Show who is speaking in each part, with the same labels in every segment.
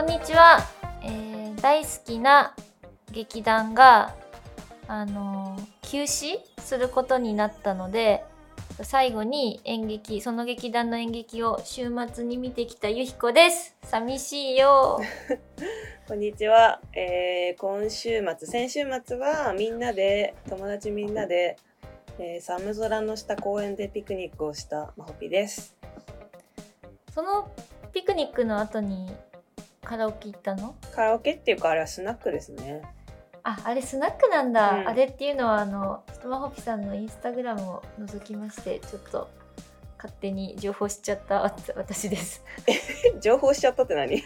Speaker 1: んにちは、えー大好きな劇団が、あのー休止することになったので最後に演劇その劇団の演劇を週末に見てきたゆひこです寂しい よ
Speaker 2: こんにちは、えー今週末先週末はみんなで友達みんなで、えー寒空の下公園でピクニックをしたまほぴです
Speaker 1: そのピクニックの後にカラオケ行ったの
Speaker 2: カラオケっていうかあれはスナックですね
Speaker 1: ああれスナックなんだ、
Speaker 2: うん
Speaker 1: あれっていうのはあのひとまほぴさんのインスタグラムを覗きましてちょっと勝手に情報しちゃったわ私です
Speaker 2: え情報しちゃったって何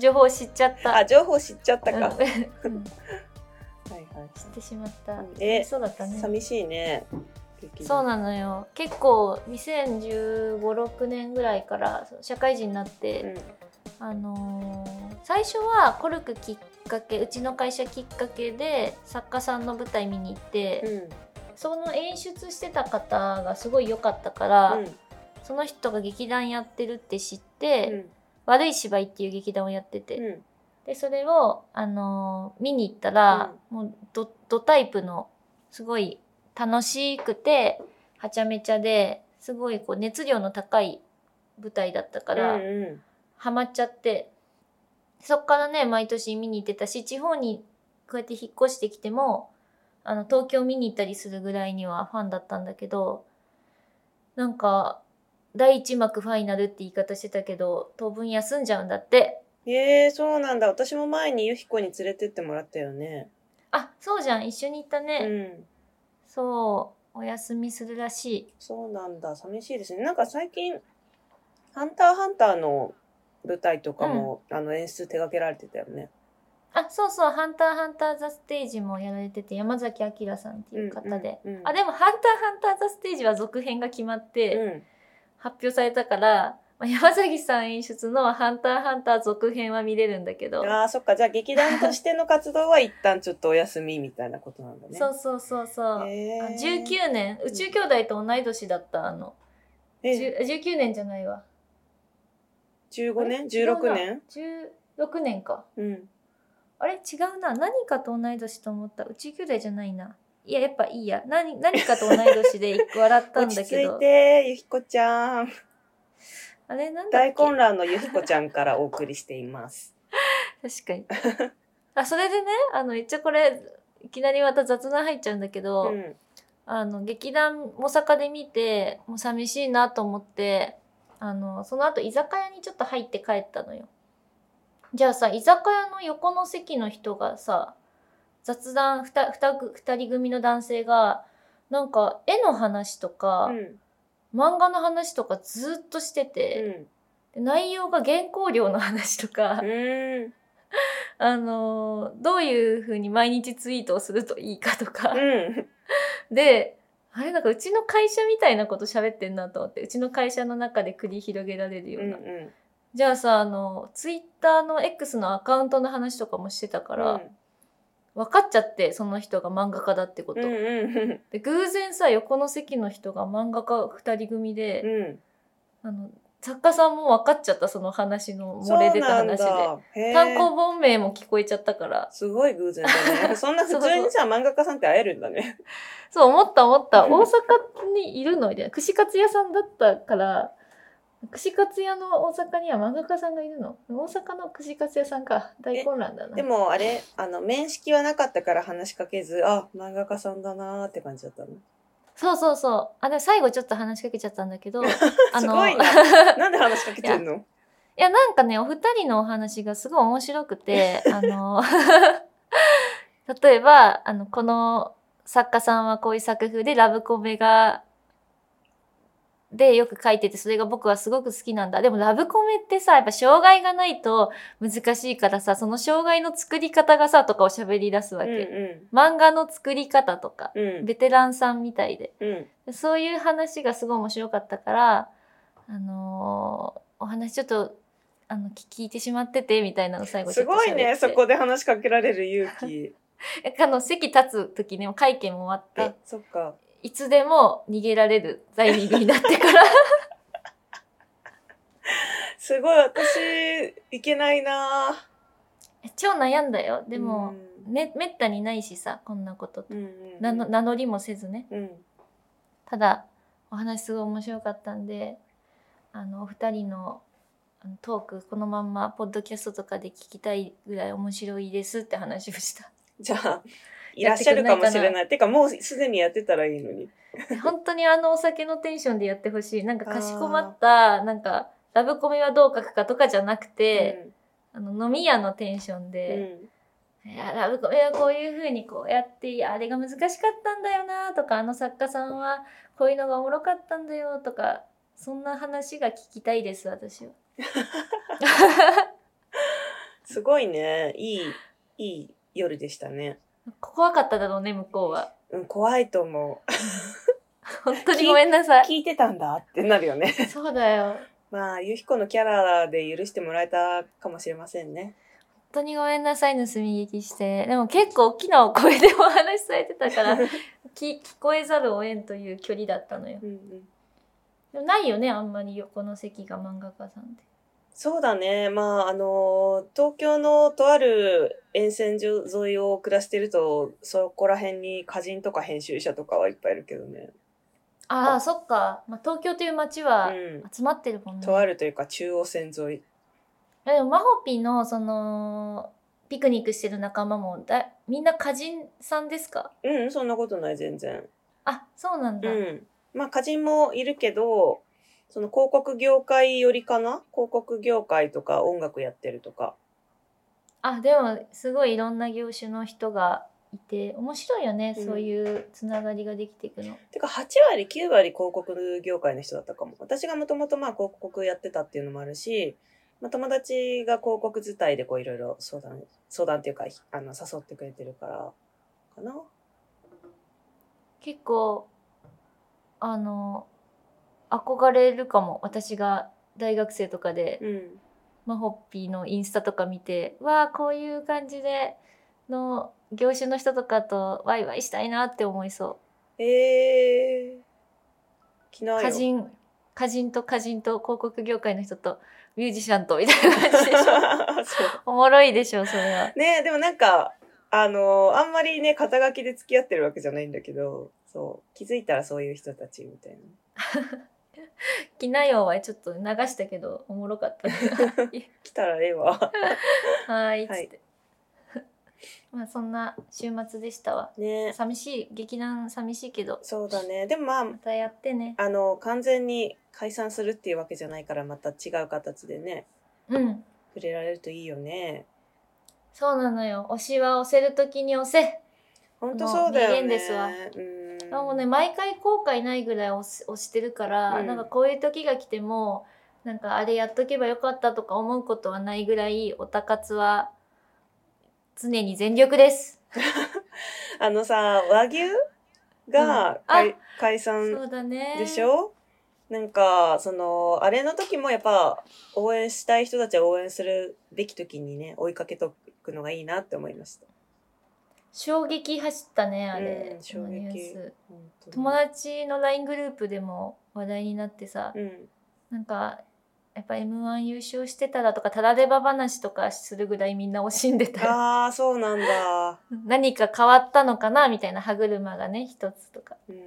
Speaker 1: 情報知っちゃった
Speaker 2: あ情報知っちゃったか、はい
Speaker 1: うん うん知
Speaker 2: は
Speaker 1: ってしまった
Speaker 2: え
Speaker 1: そうだった
Speaker 2: い、
Speaker 1: ね
Speaker 2: 寂しいね劇団
Speaker 1: そうなのよ結構2015、6年ぐらいからその社会人になって、
Speaker 2: うん
Speaker 1: あのー最初はコルクきっかけうちの会社きっかけで作家さんの舞台見に行って、
Speaker 2: うん
Speaker 1: その演出してた方がすごい良かったから、
Speaker 2: うん
Speaker 1: その人が劇団やってるって知って「悪い芝居」っていう劇団をやってて、
Speaker 2: うん
Speaker 1: でそれを、あのー見に行ったら、もうドドタイプのすごい楽しくてはちゃめちゃですごいこう熱量の高い舞台だったから。
Speaker 2: うんうん
Speaker 1: ハマっちゃってそっからね毎年見に行ってたし地方にこうやって引っ越してきてもあの東京見に行ったりするぐらいにはファンだったんだけどなんか第一幕ファイナルって言い方してたけど当分休んじゃうんだって
Speaker 2: えー、そうなんだ私も前にゆひこに連れてってもらったよね
Speaker 1: あそうじゃん一緒に行ったね、
Speaker 2: うん
Speaker 1: そうお休みするらしい
Speaker 2: そうなんだ寂しいですねなんか最近「ハンターハンター」の舞台とかも、あの演出手掛けられてたよね
Speaker 1: あそうそう「ハンターハンター・ザ・ステージ」もやられてて山崎明さんっていう方で、
Speaker 2: うんうんうん
Speaker 1: あでも「ハンターハンター・ザ・ステージ」は続編が決まって、
Speaker 2: うん
Speaker 1: 発表されたから、まあ、山崎さん演出の「ハンターハンター」続編は見れるんだけど、
Speaker 2: あーそっかじゃあ劇団としての活動は一旦ちょっとお休みみたいなことなんだ ね
Speaker 1: そうそうそうそう、
Speaker 2: へ
Speaker 1: あ
Speaker 2: ー
Speaker 1: 19年宇宙兄弟と同い年だったあのじゅ
Speaker 2: え
Speaker 1: 19年じゃないわ
Speaker 2: 15年
Speaker 1: 違うな
Speaker 2: 16年
Speaker 1: 16年か
Speaker 2: うん
Speaker 1: あれ違うな何かと同い年と思った宇宙兄弟じゃないないややっぱいいや何何かと同い年で一個笑ったん
Speaker 2: 落ち
Speaker 1: だ
Speaker 2: 着
Speaker 1: け
Speaker 2: い
Speaker 1: ど
Speaker 2: てゆひこち ゃん
Speaker 1: あれなんだっけ
Speaker 2: 大混乱のゆひこちゃんからお送りして います
Speaker 1: 確かにあそれでねあの一応これいきなりまた雑談入っちゃうんだけど、
Speaker 2: うん
Speaker 1: あの劇団大阪で見てもう寂しいなと思ってあのその後居酒屋にちょっと入って帰ったのよじゃあさ居酒屋の横の席の人がさ雑談 2, 2人組の男性がなんか絵の話とか
Speaker 2: う、ん
Speaker 1: 漫画の話とかずっとしてて、
Speaker 2: う
Speaker 1: で内容が原稿料の話とか、
Speaker 2: んうん
Speaker 1: あのどういうふうに毎日ツイートをするといいかとか、
Speaker 2: うん
Speaker 1: で、あれなんかうちの会社みたいなこと喋ってんなと思って、うちの会社の中で繰り広げられるよ
Speaker 2: う
Speaker 1: うな。
Speaker 2: んうん
Speaker 1: じゃあさ、あの、ツイッターの X のアカウントの話とかもしてたから、分かっちゃって、その人が漫画家だってこと。
Speaker 2: うんうんうん
Speaker 1: で、偶然さ、横の席の人が漫画家二人組で、
Speaker 2: うん
Speaker 1: あの、作家さんも分かっちゃった、その話の漏れ出た話で。
Speaker 2: で
Speaker 1: 単行本名も聞こえちゃったから。
Speaker 2: すごい偶然だね。そんな普通にさ、漫画家さんって会えるんだね。
Speaker 1: そう、思った思 った。大阪にいるのみたいな。串カツ屋さんだったから、串カツ屋の大阪には漫画家さんがいるの大阪の串カツ屋さんか。大混乱だな。
Speaker 2: でも、あれ、あの、面識はなかったから話しかけず、あ、漫画家さんだなーって感じだ ったの。
Speaker 1: そうそうそう。あ、でも最後ちょっと話しかけちゃったんだ けど、あ
Speaker 2: す
Speaker 1: の、
Speaker 2: ごい
Speaker 1: い
Speaker 2: な。なんで話しかけてんの
Speaker 1: や、なんかね、お二人のお話がすごい面白くて、 あの、例えば、あの、この作家さんはこういう作風でラブコメが、でよく書いてて、それが僕はすごく好きなんだ。でもラブコメってさ、やっぱ障害がないと難しいからさ、その障害の作り方がさ、とかを喋り出すわ
Speaker 2: うん
Speaker 1: け。
Speaker 2: う
Speaker 1: 漫画の作り方とか、
Speaker 2: ん。うん。
Speaker 1: ベテランさんみたいで。
Speaker 2: うん。
Speaker 1: そういう話がすごい面白かったから、あのーお話ちょっと、あの、聞聞いてしまってて、みたいなの最後ちょ
Speaker 2: す
Speaker 1: っと喋っ
Speaker 2: ご
Speaker 1: て
Speaker 2: いね、そこで話しかけられる勇 気。
Speaker 1: あの、席立つ時にも会見も終わっ
Speaker 2: あ
Speaker 1: て、、
Speaker 2: そっか。
Speaker 1: いつでも逃げられるダイニングになって から。
Speaker 2: すごい、私、いけないな
Speaker 1: 超悩んだよで
Speaker 2: う
Speaker 1: も、
Speaker 2: ん
Speaker 1: ね、めったにないしさこんなことって
Speaker 2: うんうんうん
Speaker 1: 名の名乗りもせずね
Speaker 2: うん
Speaker 1: ただお話すごい面白かったんであのお二人のあのトークこのまんまポッドキャストとかで聞きたいぐらい面白いですって話を した。
Speaker 2: じゃあいらっしゃるかもしれないてかもうすでにやってたらいいのに
Speaker 1: 本当にあのお酒のテンションでやってほしい。なんかかしこまった、なんかラブコメはどう書くかとかじゃなくて、あの飲み屋のテンション
Speaker 2: うんう
Speaker 1: で、
Speaker 2: ん
Speaker 1: いや、ラブコメはこういう風にこうやって、いやあれが難しかったんだよなとか、あの作家さんはこういうのがおもろかったんだよとか、そんな話が聞きたいです、私は。
Speaker 2: すごいねいいいい夜でしたね
Speaker 1: 怖かっただろうね、向こうは。
Speaker 2: うん怖いと思う
Speaker 1: 本当にごめんなさ い。
Speaker 2: 聞いてたんだってなるよね
Speaker 1: そうだよ。
Speaker 2: まあゆひこのキャラで許してもらえたかもしれませんね
Speaker 1: 本当にごめんなさい、盗み聞きして。でも結構大きなお声でお話しされてた から、き聞こえざるを得んという距離だったのよ。
Speaker 2: うんうん
Speaker 1: でもないよね、あんまり横の席が漫画家さんで。
Speaker 2: そうだね。まあ、あの、東京のとある沿線沿いを暮らしてると、そこら辺に歌人とか編集者とかはいっぱいいるけどね。
Speaker 1: ああ、そっか。まあ、東京という街は
Speaker 2: う
Speaker 1: 集まってるもん
Speaker 2: ん。
Speaker 1: ね。
Speaker 2: とあるというか、中央線沿い。
Speaker 1: でも、マホピの、その、ピクニックしてる仲間もだ、みんな歌人さんですか
Speaker 2: うん、そんなことない、全然。
Speaker 1: あ、そうなん
Speaker 2: う
Speaker 1: だ。
Speaker 2: ん。まあ、歌人もいるけど、その広告業界よりかな広告業界とか音楽やってるとか。
Speaker 1: あ、でも、すごいいろんな業種の人がいて、面白いよね、
Speaker 2: うん
Speaker 1: そういうつながりができていくの。
Speaker 2: てか、8割、9割広告業界の人だったかも。私がもともとまあ広告やってたっていうのもあるし、まあ、友達が広告伝いでこういろいろ相談、相談っていうか、ひあの、誘ってくれてるから、かな。
Speaker 1: 結構あの憧れるかも私が大学生とかで、
Speaker 2: うん。
Speaker 1: マホッピーのインスタとか見てわあこういう感じでの業種の人とかとワイワイしたいなって思いそ
Speaker 2: えー。着
Speaker 1: う
Speaker 2: な
Speaker 1: 歌
Speaker 2: いよ。
Speaker 1: 人歌人と歌人と広告業界の人とミュージシャンとみたいな感じ でしょ
Speaker 2: そう
Speaker 1: おもろいでしょそれは
Speaker 2: ねでもなんか、あのあんまりね、肩書きで付き合ってるわけじゃないんだけど、そう、気づいたらそういう人たちみたいな。
Speaker 1: 「きなよ」はちょっと流したけどおもろか ったね
Speaker 2: 来たらええ わ。
Speaker 1: はーいっつって、
Speaker 2: はい
Speaker 1: まあそんな週末でしたわ
Speaker 2: ね
Speaker 1: 寂しい劇団寂しいけど
Speaker 2: そうだね。でもまあ、
Speaker 1: またやってね
Speaker 2: あの完全に解散するっていうわけじゃないからまた違う形でね
Speaker 1: うん
Speaker 2: 触れられるといいよね
Speaker 1: そうなのよ推しは押せる時に押せ、
Speaker 2: 本当そうだよね
Speaker 1: もう名言ですわ
Speaker 2: うん
Speaker 1: でもね毎回後悔ないぐらい押し押してるから、
Speaker 2: うん
Speaker 1: なんかこういう時が来てもなんかあれやっとけばよかったとか思うことはないぐらいオタ活は常に全力です
Speaker 2: あのさ和牛
Speaker 1: うん
Speaker 2: が解,、
Speaker 1: あ
Speaker 2: 解
Speaker 1: そう
Speaker 2: 散
Speaker 1: だね
Speaker 2: でしょなんかそのあれの時もやっぱ応援したい人たちは応援するべき時にね追いかけとくのがいいなって思いました
Speaker 1: 衝撃走ったねあれ、
Speaker 2: うん
Speaker 1: その
Speaker 2: 衝撃
Speaker 1: ニュース
Speaker 2: 本当に
Speaker 1: 友達の LINE グループでも話題になってさ、
Speaker 2: うん
Speaker 1: なんかやっぱ m 1優勝してたらとかたられば話とかするぐらいみんな惜しんでたよ
Speaker 2: ああそうなんだ
Speaker 1: 何か変わったのかなみたいな歯車がね一つとか
Speaker 2: うん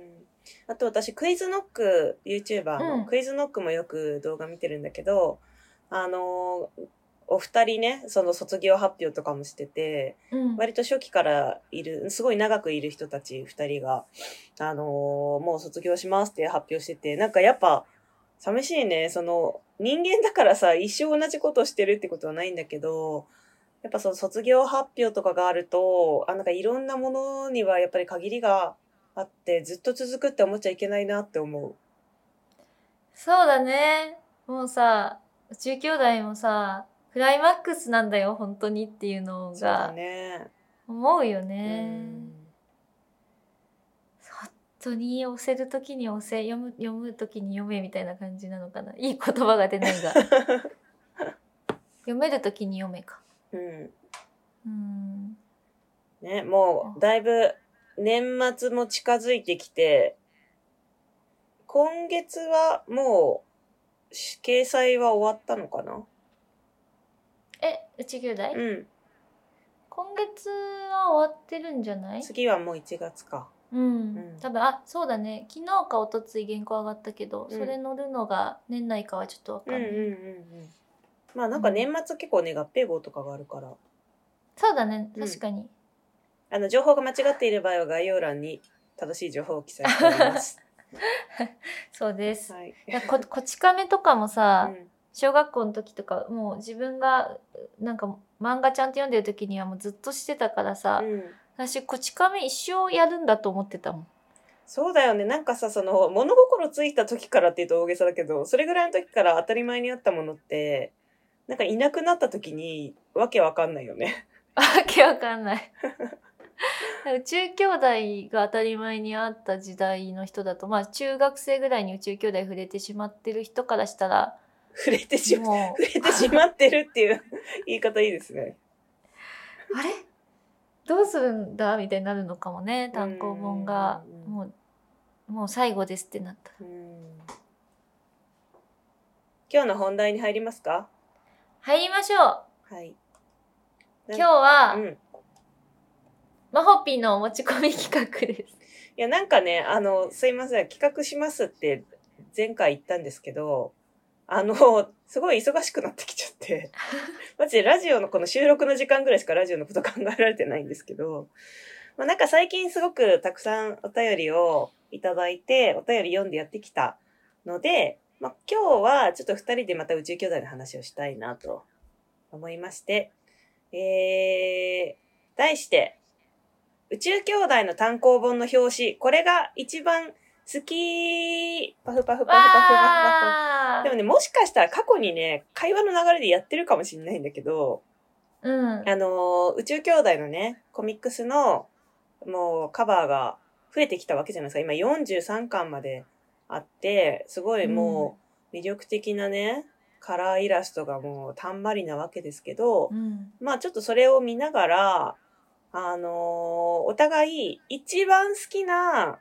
Speaker 2: あと私クイズノック YouTuber の、
Speaker 1: うん
Speaker 2: クイズノックもよく動画見てるんだけどあのーお二人ねその卒業発表とかもしてて
Speaker 1: うん
Speaker 2: 割と初期からいるすごい長くいる人たち二人が、あのーもう卒業しますって発表しててなんかやっぱ寂しいねその人間だからさ一生同じことしてるってことはないんだけどやっぱその卒業発表とかがあるとあなんかいろんなものにはやっぱり限りがあってずっと続くって思っちゃいけないなって思う。
Speaker 1: そうだねもうさ宇宙兄弟もさクライマックスなんだよ本当にっていうの
Speaker 2: そうだ
Speaker 1: が
Speaker 2: ね。
Speaker 1: 思うよね
Speaker 2: うん
Speaker 1: 本当に押せる時に押せ読む読む時に読めみたいな感じなのかないい言葉が出 ないが読める時に読めか
Speaker 2: うん
Speaker 1: うん
Speaker 2: ね、もうだいぶ年末も近づいてきて、今月はもうし掲載は終わったのかな
Speaker 1: え、うち兄弟、
Speaker 2: うん。
Speaker 1: 今月は終わってるんじゃない
Speaker 2: 次はもう1月か。
Speaker 1: うん、
Speaker 2: うん
Speaker 1: 多分あそうだね昨日か一昨日原稿上がったけど、
Speaker 2: うん
Speaker 1: それ乗るのが年内かはちょっとわかんない、
Speaker 2: うん。まあなんか年末結構ね、合併号とかがあるから、
Speaker 1: そうだね
Speaker 2: うん
Speaker 1: 確かに、
Speaker 2: あの、情報が間違っている場合は概要欄に正しい情報を記載してお ります。
Speaker 1: そうです、
Speaker 2: はい。
Speaker 1: いやこ こち亀とかもさ、
Speaker 2: うん
Speaker 1: 小学校の時とかもう自分がなんか漫画ちゃんと読んでる時にはもうずっとしてたからさ、
Speaker 2: うん
Speaker 1: 私こち亀一生やるんだと思ってたもん
Speaker 2: そうだよね。なんかさ、その、物心ついた時からって言うと大げさだけど、それぐらいの時から当たり前にあったものって、なんかいなくなった時に、わけわかんないよね。
Speaker 1: わけわかんない宇宙兄弟が当たり前にあった時代の人だとまあ中学生ぐらいに宇宙兄弟触れてしまってる人からしたら
Speaker 2: 触れてしま、
Speaker 1: も
Speaker 2: 触れてしまってるっていう言い方いいですね。
Speaker 1: うあれどうするんだみたいになるのかもね単行本が
Speaker 2: うんうんうん
Speaker 1: もうもう最後ですってなったら
Speaker 2: うん今日の本題に入りますか
Speaker 1: 入りましょう
Speaker 2: はい。
Speaker 1: 今日は、
Speaker 2: うん。い
Speaker 1: マホピーの持ち込み企画です
Speaker 2: や、なんかね、あの、すいません。企画しますって前回言ったんですけど、あの、 すごい忙しくなってきちゃって。マジでラジオのこの収録の時間ぐらいしかラジオのこと考えられてないんですけど、まあ、なんか最近すごくたくさんお便りをいただいて、お便り読んでやってきたので、まあ、今日はちょっと二人でまた宇宙兄弟の話をしたいなと思いまして、えー、題して、宇宙兄弟の単行本の表紙、これが一番好きパフパフパフパフパフパ
Speaker 1: わ
Speaker 2: フ。でもね、もしかしたら過去にね、会話の流れでやってるかもしれないんだけど、
Speaker 1: ーうん
Speaker 2: あのー宇宙兄弟のね、コミックスの、もう、カバーが増えてきたわけじゃないですか。今43巻まであって、すごいもう、魅力的なね、カラーイラストがもう、たんまりなわけですけど
Speaker 1: う、ん
Speaker 2: まあちょっとそれを見ながら、あのーお互い一番好きな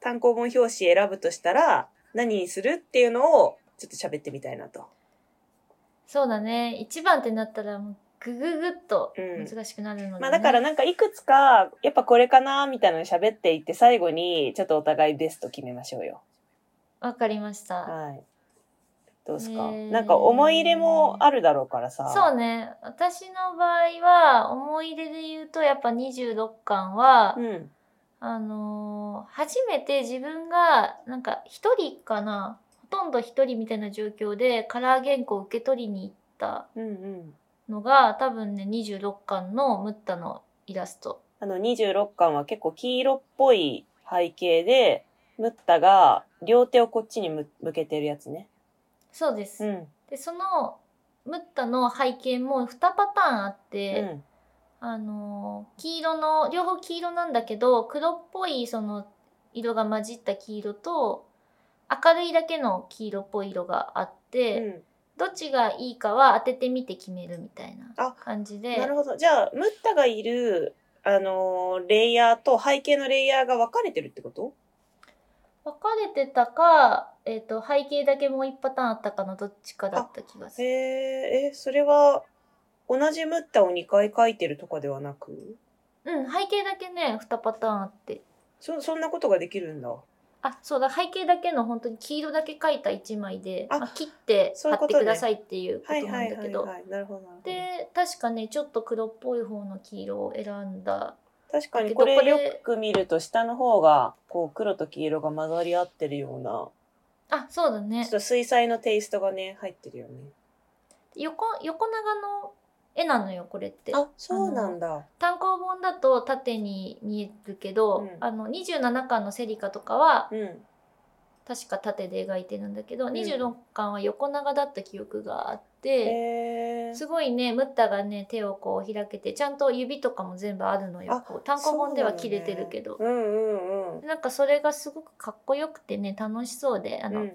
Speaker 2: 単行本表紙選ぶとしたら何にするっていうのをちょっと喋ってみたいなと。
Speaker 1: そうだね一番ってなったらもうグググっと
Speaker 2: うん
Speaker 1: 難しくなるので、ね
Speaker 2: まあだからなんかいくつか、やっぱこれかなみたいなの喋っていって最後にちょっとお互いベスト決めましょうよ。
Speaker 1: わかりました。
Speaker 2: はい。どうですか、
Speaker 1: えー
Speaker 2: なんか思い入れもあるだろうからさ。
Speaker 1: そうね。私の場合は、思い出で言うと、やっぱ26巻は、
Speaker 2: うん。
Speaker 1: あのー初めて自分が、なんか一人かな、ほとんど一人みたいな状況で、カラー原稿を受け取りに行った
Speaker 2: うんうん。
Speaker 1: のが、多分ね、26巻のムッタのイラスト。
Speaker 2: あの26巻は結構黄色っぽい背景で、ムッタが両手をこっちにむ向けてるやつね。
Speaker 1: そうです。
Speaker 2: うん。
Speaker 1: で、その、ムッタの背景も2パターンあって、
Speaker 2: うん。
Speaker 1: あのー黄色の両方黄色なんだけど黒っぽいその色が混じった黄色と明るいだけの黄色っぽい色があって、
Speaker 2: うん
Speaker 1: どっちがいいかは当ててみて決めるみたい
Speaker 2: あ
Speaker 1: な感じで
Speaker 2: なるほど。じゃあ、ムッタがいる、あのーレイヤーと背景のレイヤーが分かれてるってこと
Speaker 1: 分かれてたか、えっと背景だけもう一パターンあったかのどっちかだった気がす
Speaker 2: へ
Speaker 1: る。
Speaker 2: え、え、それは、同じムッタを2回描いてるとかではなく
Speaker 1: うん背景だけね2パターンあって
Speaker 2: そ、そんなことができるんだ。
Speaker 1: あそうだ背景だけの本当に黄色だけ描いた1枚で
Speaker 2: あ
Speaker 1: まあ切って
Speaker 2: そうい
Speaker 1: 貼
Speaker 2: うこ
Speaker 1: って
Speaker 2: とね
Speaker 1: くださいっていうこ
Speaker 2: はい
Speaker 1: とな
Speaker 2: は
Speaker 1: ん
Speaker 2: い
Speaker 1: だ
Speaker 2: は
Speaker 1: け
Speaker 2: い
Speaker 1: ど。
Speaker 2: はい。なるほどなるほど。
Speaker 1: で確かねちょっと黒っぽい方の黄色を選んだ
Speaker 2: 確かに
Speaker 1: だけど
Speaker 2: こ
Speaker 1: こ
Speaker 2: れ
Speaker 1: れ
Speaker 2: よく見ると下の方が、こう黒と黄色が混ざり合ってるような、
Speaker 1: あそうだ
Speaker 2: ちょ
Speaker 1: ね
Speaker 2: っと水彩のテイストがね、入ってるよね。
Speaker 1: 横横長の絵なのよこれって
Speaker 2: あ、そうなんだ。
Speaker 1: 単行本だと縦に見えるけど、
Speaker 2: うん
Speaker 1: あの27巻のセリカとかは
Speaker 2: うん。
Speaker 1: 確か縦で描いてるんだけど、
Speaker 2: ん
Speaker 1: 26巻は横長だった記憶があって、
Speaker 2: へえ。
Speaker 1: すごいねムッタがね手をこう開けてちゃんと指とかも全部あるの
Speaker 2: あ
Speaker 1: よこう単行本では切れてるけど
Speaker 2: そうなのねうんうんうん。
Speaker 1: なんかそれがすごくかっこよくてね楽しそうであ
Speaker 2: う
Speaker 1: の、
Speaker 2: ん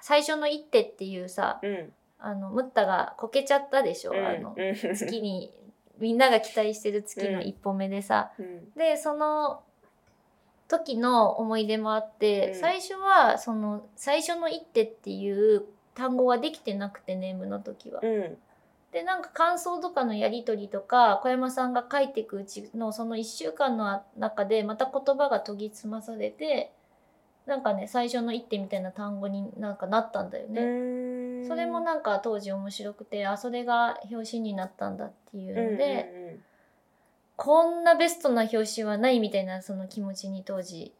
Speaker 1: 最初の一手っていうさ
Speaker 2: うん
Speaker 1: あのムッタがこけちゃったでしょ、
Speaker 2: うん
Speaker 1: あの
Speaker 2: うん
Speaker 1: 月にみんなが期待してる月の一歩目でさ、
Speaker 2: うん
Speaker 1: でその時の思い出もあって、
Speaker 2: うん
Speaker 1: 最初はその最初の一手っていう単語はできてなくてネームの時は。
Speaker 2: うん
Speaker 1: でなんか感想とかのやり取りとか小山さんが書いていくうちのその1週間の中でまた言葉が研ぎ澄まされてなんかね最初の一手みたいな単語になんかなったんだよ
Speaker 2: う
Speaker 1: ね。
Speaker 2: ーん
Speaker 1: それもなんか当時面白くてあそれが表紙になったんだっていう
Speaker 2: うんうんう
Speaker 1: の
Speaker 2: ん
Speaker 1: で、こんなベストな表紙はないみたいなその気持ちに当時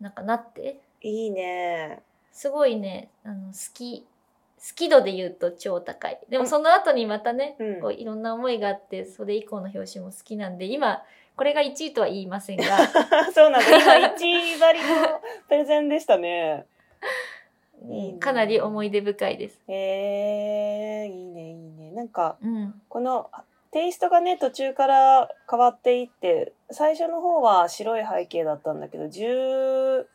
Speaker 1: なんかなって
Speaker 2: いいね
Speaker 1: すごいねあの好き好き度で言うと超高いでもその後にまたね、
Speaker 2: うん
Speaker 1: こういろんな思いがあってそれ以降の表紙も好きなんで今これが1位とは言いま せんが
Speaker 2: そうなんだ今一位張りのプレゼンでした ねいいね
Speaker 1: かなり思い出深いです。
Speaker 2: えー、いいねいいねなんか
Speaker 1: うん、
Speaker 2: このテイストがね途中から変わっていって最初の方は白い背景だったんだけど10、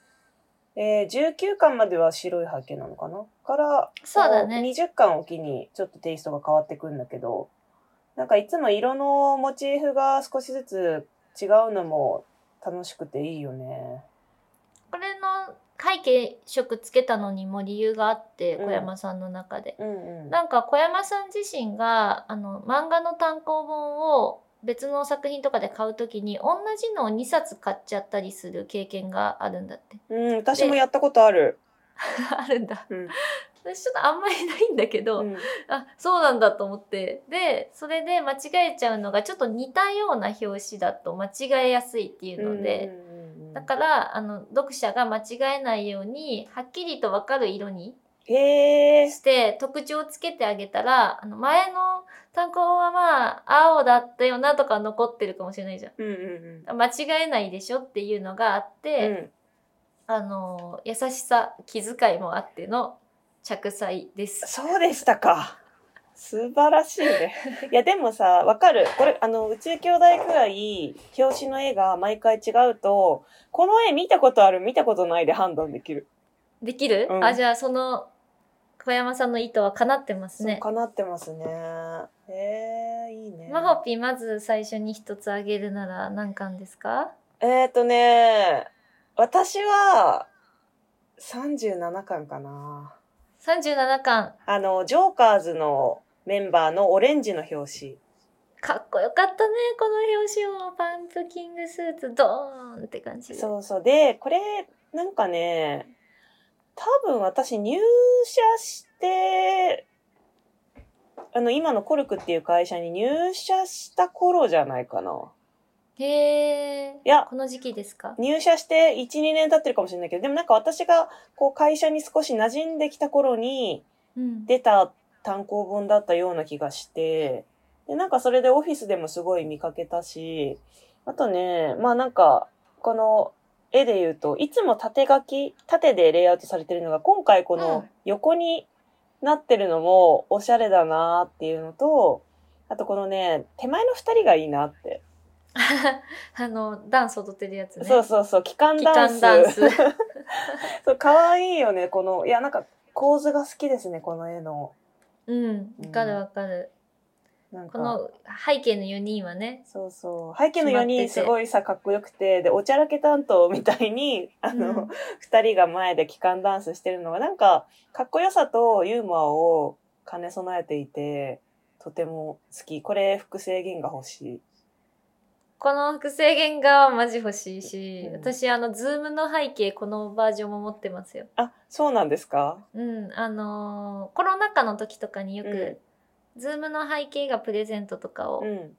Speaker 2: えー、19巻までは白い背景なのかなから
Speaker 1: そうだね
Speaker 2: こ20巻を機にちょっとテイストが変わってくんだけどなんかいつも色のモチーフが少しずつ違うのも楽しくていいよね。
Speaker 1: これの背景色つけたのにも理由があって
Speaker 2: うん
Speaker 1: 小山さんの中で。
Speaker 2: うんうん、
Speaker 1: なんか小山さん自身があの漫画の単行本を別の作品とかで買うときに同じのを2冊買っちゃったりする経験があるんだって。
Speaker 2: うん、私もやったこと ある。
Speaker 1: あるんだ。
Speaker 2: うん
Speaker 1: 私ちょっとあんまりないんだけど、
Speaker 2: うん
Speaker 1: あそうなんだと思ってでそれで間違えちゃうのがちょっと似たような表紙だと間違えやすいっていうので、
Speaker 2: うんうんうん
Speaker 1: だからあの読者が間違えないようにはっきりと分かる色に
Speaker 2: へえ。
Speaker 1: して特徴をつけてあげたらあの前の単行はまあ青だったよなとか残ってるかもしれないじゃん。
Speaker 2: うんうん
Speaker 1: 間違えないでしょっていうのがあっ
Speaker 2: うん。う
Speaker 1: て、
Speaker 2: ん
Speaker 1: あの優しさ気遣いもあっての着彩です。
Speaker 2: そうでしたか。素晴らしいね。いや、でもさ、わかる。これ、あの、宇宙兄弟くらい、表紙の絵が毎回違うと、この絵見たことある、見たことないで判断できる。
Speaker 1: できる、
Speaker 2: うん
Speaker 1: あじゃあその小山さんの意図は叶ってます
Speaker 2: そう
Speaker 1: ね。
Speaker 2: かなってますね。へえいいね。
Speaker 1: マホピーまず最初に一つあげるなら何巻ですか
Speaker 2: えっ、ー、とね、私は、37巻かな。
Speaker 1: ?37 巻
Speaker 2: あの、ジョーカーズのメンバーのオレンジの表紙。
Speaker 1: かっこよかったねこの表紙をパンプキングスーツドーンって感じ
Speaker 2: そうそう。で、これ、なんかね、多分私入社して、あの、今のコルクっていう会社に入社した頃じゃないかな。
Speaker 1: へえ
Speaker 2: いや
Speaker 1: この時期ですか
Speaker 2: 入社して1、2年経ってるかもしれないけど、でもなんか私が、こう、会社に少し馴染んできた頃に
Speaker 1: うん
Speaker 2: 出た単行本だったような気がして、で、なんかそれでオフィスでもすごい見かけたし、あとね、まあなんか、この絵で言うと、いつも縦書き、縦でレイアウトされてるのが、今回こ
Speaker 1: う
Speaker 2: の
Speaker 1: ん
Speaker 2: 横になってるのもおしゃれだなっていうのと、あとこのね、手前の二人がいいなって。
Speaker 1: あのダンス踊ってるやつね
Speaker 2: そうそうそう、機関
Speaker 1: 機
Speaker 2: ダン
Speaker 1: 関
Speaker 2: ス。
Speaker 1: ダンス
Speaker 2: そう、可愛いよね、この、いやなんか構図が好きですね、この絵の。
Speaker 1: うんわかるわかる、
Speaker 2: なんか
Speaker 1: この背景の4人はね
Speaker 2: そうそう。背景の
Speaker 1: 決
Speaker 2: 4
Speaker 1: まって
Speaker 2: 人
Speaker 1: て
Speaker 2: すごいさ、かっこよくて、で、おちゃらけ担当みたいに、あ
Speaker 1: う
Speaker 2: の
Speaker 1: ん、
Speaker 2: 二、人が前で機関ダンスしてるのが、なんか、かっこよさとユーモアを兼ね備えていて、とても好き。これ、複製弦が欲しい。
Speaker 1: この複製原画はマジ欲しいし、
Speaker 2: うん
Speaker 1: 私あのズームの背景このバージョンも持ってますよ
Speaker 2: あ、そうなんですか
Speaker 1: うん、あのーコロナ禍の時とかによく、ズームの背景がプレゼントとかを
Speaker 2: うん。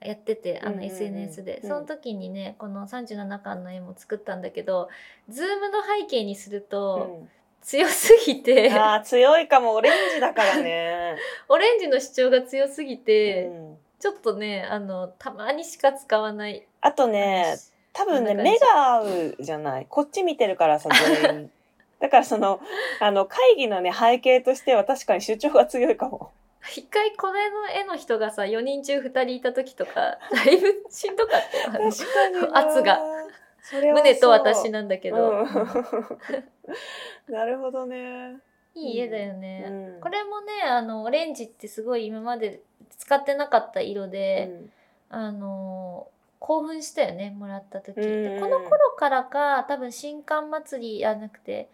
Speaker 1: やってて、あ
Speaker 2: うんうん
Speaker 1: の
Speaker 2: うん
Speaker 1: SNS で、
Speaker 2: うん
Speaker 1: その時にねこの37巻の絵も作ったんだけどズームの背景にすると
Speaker 2: う
Speaker 1: 強すぎて、
Speaker 2: ん、あー強いかも、オレンジだからね。
Speaker 1: オレンジの主張が強すぎて、
Speaker 2: うん、
Speaker 1: ちょっとねあのたまにしか使わない。
Speaker 2: あとね、多分ね、
Speaker 1: こんな感
Speaker 2: 目
Speaker 1: じ
Speaker 2: が合うじゃない。こっち見てるからさ、全 員。だからその、あの、会議のね、背景としては確かに主張が強いかも。
Speaker 1: 一回これの絵の人がさ4人中2人いた時とか だいぶしんどかったよあの
Speaker 2: 確かにな。
Speaker 1: 圧が
Speaker 2: それはそう。
Speaker 1: 胸と私なんだけど、
Speaker 2: うん なるほどね。
Speaker 1: いい絵だよね。
Speaker 2: うん
Speaker 1: これもねあのオレンジってすごい今まで使ってなかった色で、あの興奮したよねもらった時、
Speaker 2: うん
Speaker 1: でこの頃からか多分新刊祭りじゃなくて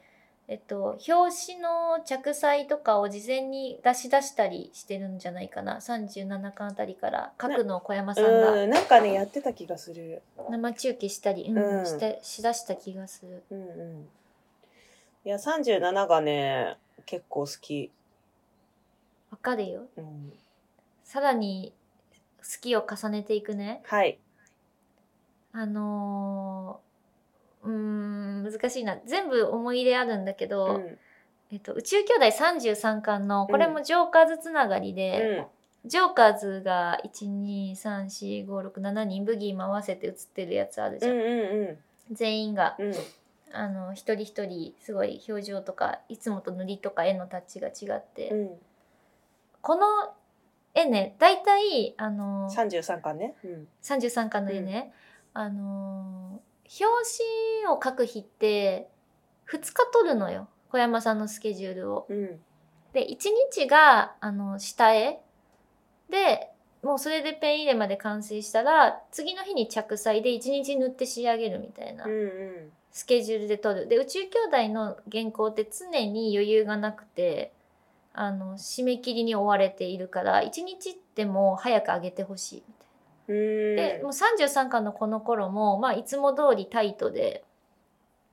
Speaker 1: えっと、表紙の着彩とかを事前に出し出したりしてるんじゃないかな37巻あたりから書くのを小山さんが
Speaker 2: うん、なんかね、やってた気がする。
Speaker 1: 生中継したり、うん
Speaker 2: うん
Speaker 1: してしだした気がする
Speaker 2: うんうん。いや、37がね、結構好き。
Speaker 1: わかるよ
Speaker 2: うん、
Speaker 1: さらに好きを重ねていくね
Speaker 2: はい。
Speaker 1: あのーうーん難しいな全部思い入れあるんだけど、
Speaker 2: うん。
Speaker 1: えっと、宇宙兄弟33巻のこれもジョーカーズつながりで、
Speaker 2: うん
Speaker 1: ジョーカーズが1234567人ブギーも合わせて写ってるやつあるじ
Speaker 2: う
Speaker 1: ゃ
Speaker 2: ん
Speaker 1: ん、
Speaker 2: うん
Speaker 1: 全員が
Speaker 2: うん。うん。
Speaker 1: あの一人一人すごい表情とかいつもと塗りとか絵のタッチが違って、
Speaker 2: うん。
Speaker 1: この絵ね大体あの
Speaker 2: 33巻ね。うん。
Speaker 1: 33巻の絵ね、あの表紙を描く日って2日撮るのよ小山さんのスケジュールを。
Speaker 2: うん。
Speaker 1: で1日があの下絵でもうそれでペン入れまで完成したら次の日に着彩で1日塗って仕上げるみたいな
Speaker 2: うんうん。
Speaker 1: スケジュールで撮るで宇宙兄弟の原稿って常に余裕がなくてあの締め切りに追われているから1日でも早く上げてほしいみたいな。
Speaker 2: うん。
Speaker 1: でもう33巻のこの頃も、まあ、いつも通りタイトで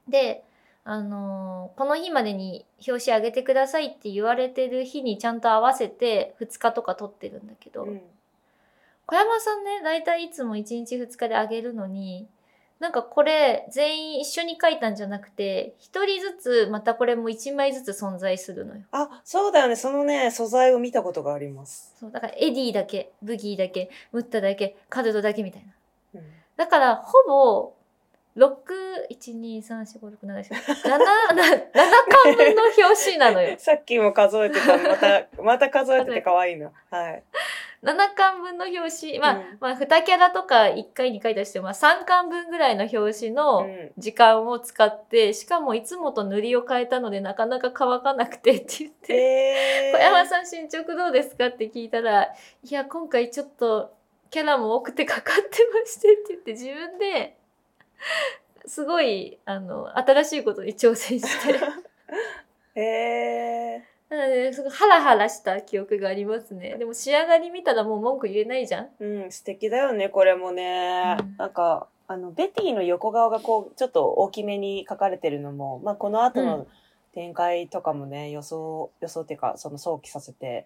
Speaker 1: で、あのーこの日までに表紙上げてくださいって言われてる日にちゃんと合わせて2日とか撮ってるんだけど、
Speaker 2: うん。
Speaker 1: 小山さんね大体いつも1日2日で上げるのになんかこれ全員一緒に書いたんじゃなくて1人ずつまたこれも1枚ずつ存在するのよ。
Speaker 2: あ、そうだよね。そのね、素材を見たことがあります。
Speaker 1: そうだからエディだけブギーだけムッタだけカルドだけみたいな。
Speaker 2: うん。。
Speaker 1: だから、ほぼ、6、1、2、3、4、5、6、7、7、7巻分の表紙なのよ
Speaker 2: さっきも数えてたの また、また数えてて可愛いな。はい。
Speaker 1: 7巻分の表紙。まあ、
Speaker 2: うん
Speaker 1: まあ、2キャラとか1回、2回出して、まあ、3巻分ぐらいの表紙
Speaker 2: う
Speaker 1: の
Speaker 2: ん。
Speaker 1: 時間を使って、しかもいつもと塗りを変えたので、なかなか乾かなくてって言って、
Speaker 2: えー
Speaker 1: 小山さん進捗どうですかって聞いたら、いや、今回ちょっと、キャラも多くてかかってましてって言って、自分で、すごい、あの、新しいことに挑戦 して、
Speaker 2: え
Speaker 1: なので、すごいハラハラした記憶がありますね。でも仕上がり見たらもう文句言えないじゃん。
Speaker 2: ー、うん、素敵だよね、これもね。
Speaker 1: うん
Speaker 2: なんか、あの、ベティの横顔がこう、ちょっと大きめに描かれてるのも、まあ、この後
Speaker 1: う
Speaker 2: の展開とかもね、予想、予想っていうか、その想起させて、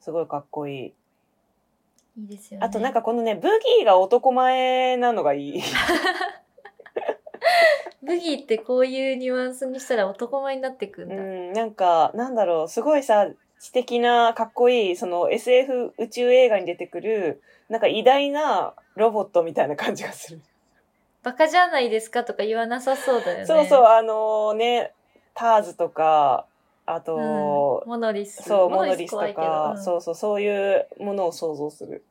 Speaker 2: すごいかっこいい。
Speaker 1: いいですよね。
Speaker 2: あとなんかこのね、ブギーが男前なのがいい。
Speaker 1: ブギーってこういうニュアンスにしたら男前になってくん
Speaker 2: う
Speaker 1: だ。
Speaker 2: ん、なんか、なんだろう、すごいさ、知的な、かっこいい、その SF 宇宙映画に出てくる、なんか偉大なロボットみたいな感じがする。
Speaker 1: バカじゃないですかとか言わなさそうだよね。
Speaker 2: そうそう、あのね、ターズとか、あ
Speaker 1: うん
Speaker 2: と、
Speaker 1: モノリス。
Speaker 2: そう、モノリス
Speaker 1: 怖
Speaker 2: と
Speaker 1: いけど
Speaker 2: か、
Speaker 1: うん
Speaker 2: そうそう、そういうものを想像する。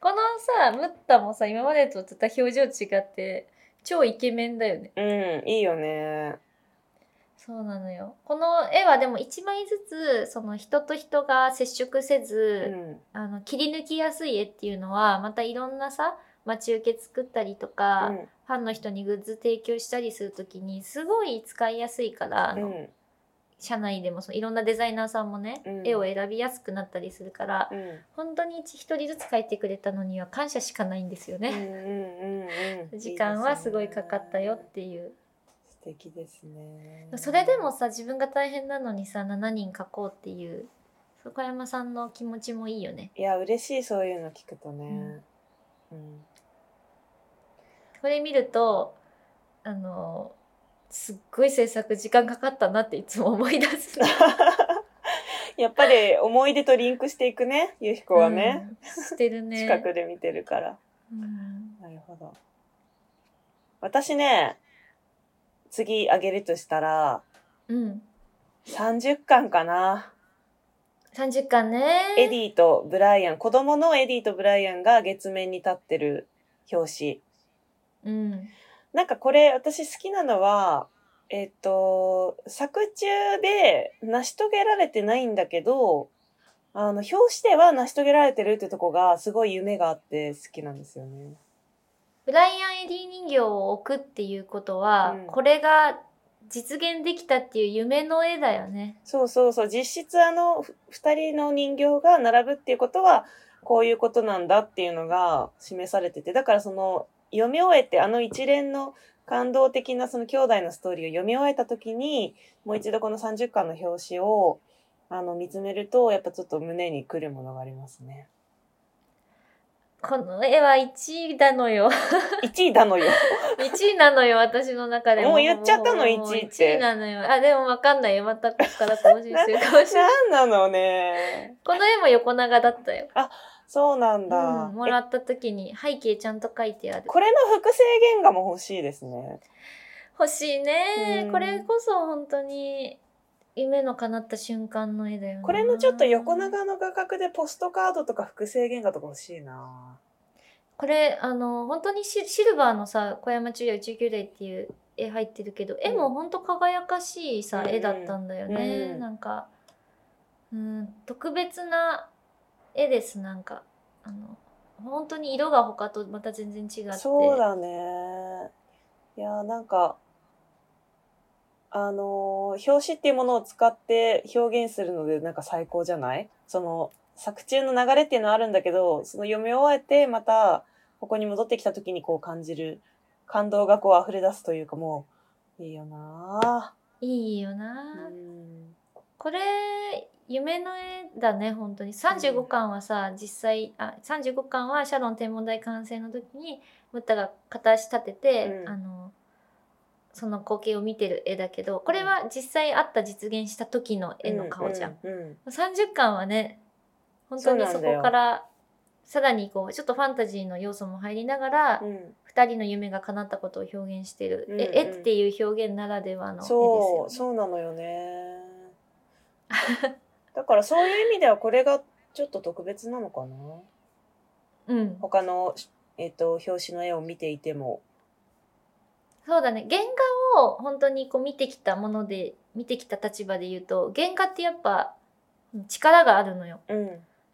Speaker 1: このさ、ムッタもさ、今までとちょっと表情違って、超イケメンだよね。
Speaker 2: うん、いいよね。
Speaker 1: そうなのよ。この絵はでも一枚ずつ、その人と人が接触せ
Speaker 2: う
Speaker 1: ず、
Speaker 2: ん、
Speaker 1: あの切り抜きやすい絵っていうのはまたいろんなさ待ち受け作ったりとか、
Speaker 2: う
Speaker 1: フ
Speaker 2: ん、
Speaker 1: ァンの人にグッズ提供したりするときにすごい使いやすいから、あ
Speaker 2: う
Speaker 1: の
Speaker 2: ん、
Speaker 1: 社内でもそのいろんなデザイナーさんもね、
Speaker 2: うん
Speaker 1: 絵を選びやすくなったりするから
Speaker 2: うん、
Speaker 1: 本当に一人ずつ描いてくれたのには感謝しかないんですよ
Speaker 2: うん、
Speaker 1: ね。
Speaker 2: うん、うん。
Speaker 1: 時間はすごいかかったよっ
Speaker 2: い
Speaker 1: ていう。
Speaker 2: いですね。素敵ですね。
Speaker 1: それでもさ自分が大変なのにさ7人描こうっていうそこ山さんの気持ちもいいよね。
Speaker 2: いや、嬉しい、そういうの聞くとね。うん。
Speaker 1: これ見るとあのすっごい制作時間かかったなっていつも思い出す
Speaker 2: やっぱり思い出とリンクしていくね、ゆひこはね。、
Speaker 1: うんしてるね
Speaker 2: 近くで見てるから。
Speaker 1: うん
Speaker 2: なるほど。私ね、次あげるとしたら、
Speaker 1: うん、
Speaker 2: 30巻かな。
Speaker 1: 30巻ね
Speaker 2: エディとブライアン、子供のエディとブライアンが月面に立ってる表
Speaker 1: う
Speaker 2: 紙。
Speaker 1: ん
Speaker 2: なんかこれ私好きなのは、えっと、作中で成し遂げられてないんだけど、あの、表紙では成し遂げられてるってとこがすごい夢があって好きなんですよね。
Speaker 1: ブライアン・エディ人形を置くっていうことは、
Speaker 2: うん
Speaker 1: これが実現できたっていう夢の絵だよね。
Speaker 2: そうそうそう実質あのふ二人の人形が並ぶっていうことはこういうことなんだっていうのが示されててだからその読み終えてあの一連の感動的なその兄弟のストーリーを読み終えた時にもう一度この30巻の表紙をあの見つめるとやっぱちょっと胸にくるものがありま すね。
Speaker 1: この絵は1位なの よ。
Speaker 2: 1位だのよ。
Speaker 1: 1位なのよ、私の中で
Speaker 2: もう言っちゃったの
Speaker 1: もう
Speaker 2: 1位っ
Speaker 1: 1
Speaker 2: て
Speaker 1: 位なのよ。あ、でもわかんないよ。またこっから更新するかもしれない。
Speaker 2: なんなのね。
Speaker 1: この絵も横長だったよ。
Speaker 2: そうなんだ。
Speaker 1: うん、も
Speaker 2: え
Speaker 1: らった時に背景ちゃんと書いてある。
Speaker 2: これの複製原画も欲しいですね。
Speaker 1: 欲しいね、
Speaker 2: うん
Speaker 1: これこそ本当に夢の叶った瞬間の絵だよな
Speaker 2: これのちょっと横長の画角でポストカードとか複製原画とか欲しいな。
Speaker 1: これあの本当にシシルバーのさ「小山中也宇宙兄弟」っていう絵入ってるけど絵も本当輝かしいさ、
Speaker 2: うん
Speaker 1: 絵だったんだよね、
Speaker 2: うん
Speaker 1: なんかうん特別な絵ですなんかあの本当に色が他とまた全然違って
Speaker 2: そうだね。いやーなんか、あのー表紙っていうものを使って表現するのでなんか最高じゃないその作中の流れっていうのはあるんだけど、その読み終えてまたここに戻ってきた時にこう感じる感動がこう溢れ出すというかもう、いいよない
Speaker 1: いよ
Speaker 2: ー
Speaker 1: な、
Speaker 2: うん
Speaker 1: これ夢の絵だね本当に35巻はさ、実際あ35巻はシャロン天文台完成の時にムッタが片足立てて、
Speaker 2: うん
Speaker 1: あのその光景を見てる絵だけどこれは実際あった実現した時の絵の顔じゃん、。
Speaker 2: うんうん
Speaker 1: 30巻はね本当に
Speaker 2: そ
Speaker 1: そう
Speaker 2: なんだよ
Speaker 1: こからさらにこうちょっとファンタジーの要素も入りながら、
Speaker 2: うんうん
Speaker 1: 2人の夢が叶ったことを表現してる、え
Speaker 2: うんうん
Speaker 1: 絵っていう表現ならではの絵ですよ
Speaker 2: そ、う
Speaker 1: ね、
Speaker 2: そうなのよねだからそういう意味ではこれがちょっと特別なのかな
Speaker 1: うん、
Speaker 2: 他の、えっと表紙の絵を見ていても
Speaker 1: そうだね原画を本当にこう見てきたもので見てきた立場で言うと原画ってやっぱうん力があるのよ
Speaker 2: うん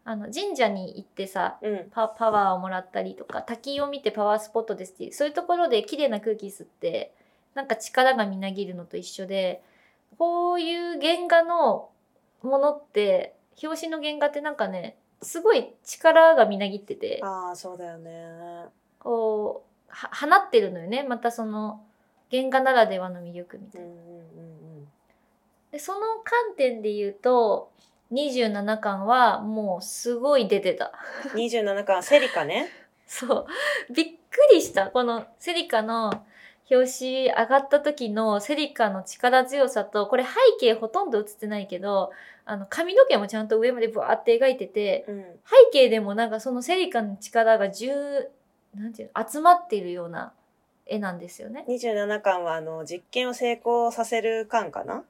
Speaker 1: あの神社に行ってさ
Speaker 2: うん
Speaker 1: パパワーをもらったりとか滝を見てパワースポットですっていうそういうところで綺麗な空気吸ってなんか力がみなぎるのと一緒でこういう原画のものって表紙の原画ってなんかねすごい力がみなぎってて
Speaker 2: ああそうだよね
Speaker 1: こうは放ってるのよねまたその原画ならではの魅力みたいな
Speaker 2: うんう。んうん
Speaker 1: でその観点で言うと27巻はもうすごい出てた
Speaker 2: うん27巻セリカね
Speaker 1: そうびっくりしたこのセリカの表紙上がった時のセリカの力強さとこれ背景ほとんど映ってないけどあの髪の毛もちゃんと上までブワーって描いてて
Speaker 2: うん
Speaker 1: 背景でもなんかそのセリカの力が10なんていうの集まっているような絵なんですよね。
Speaker 2: 27巻はあの実験を成功させる巻かな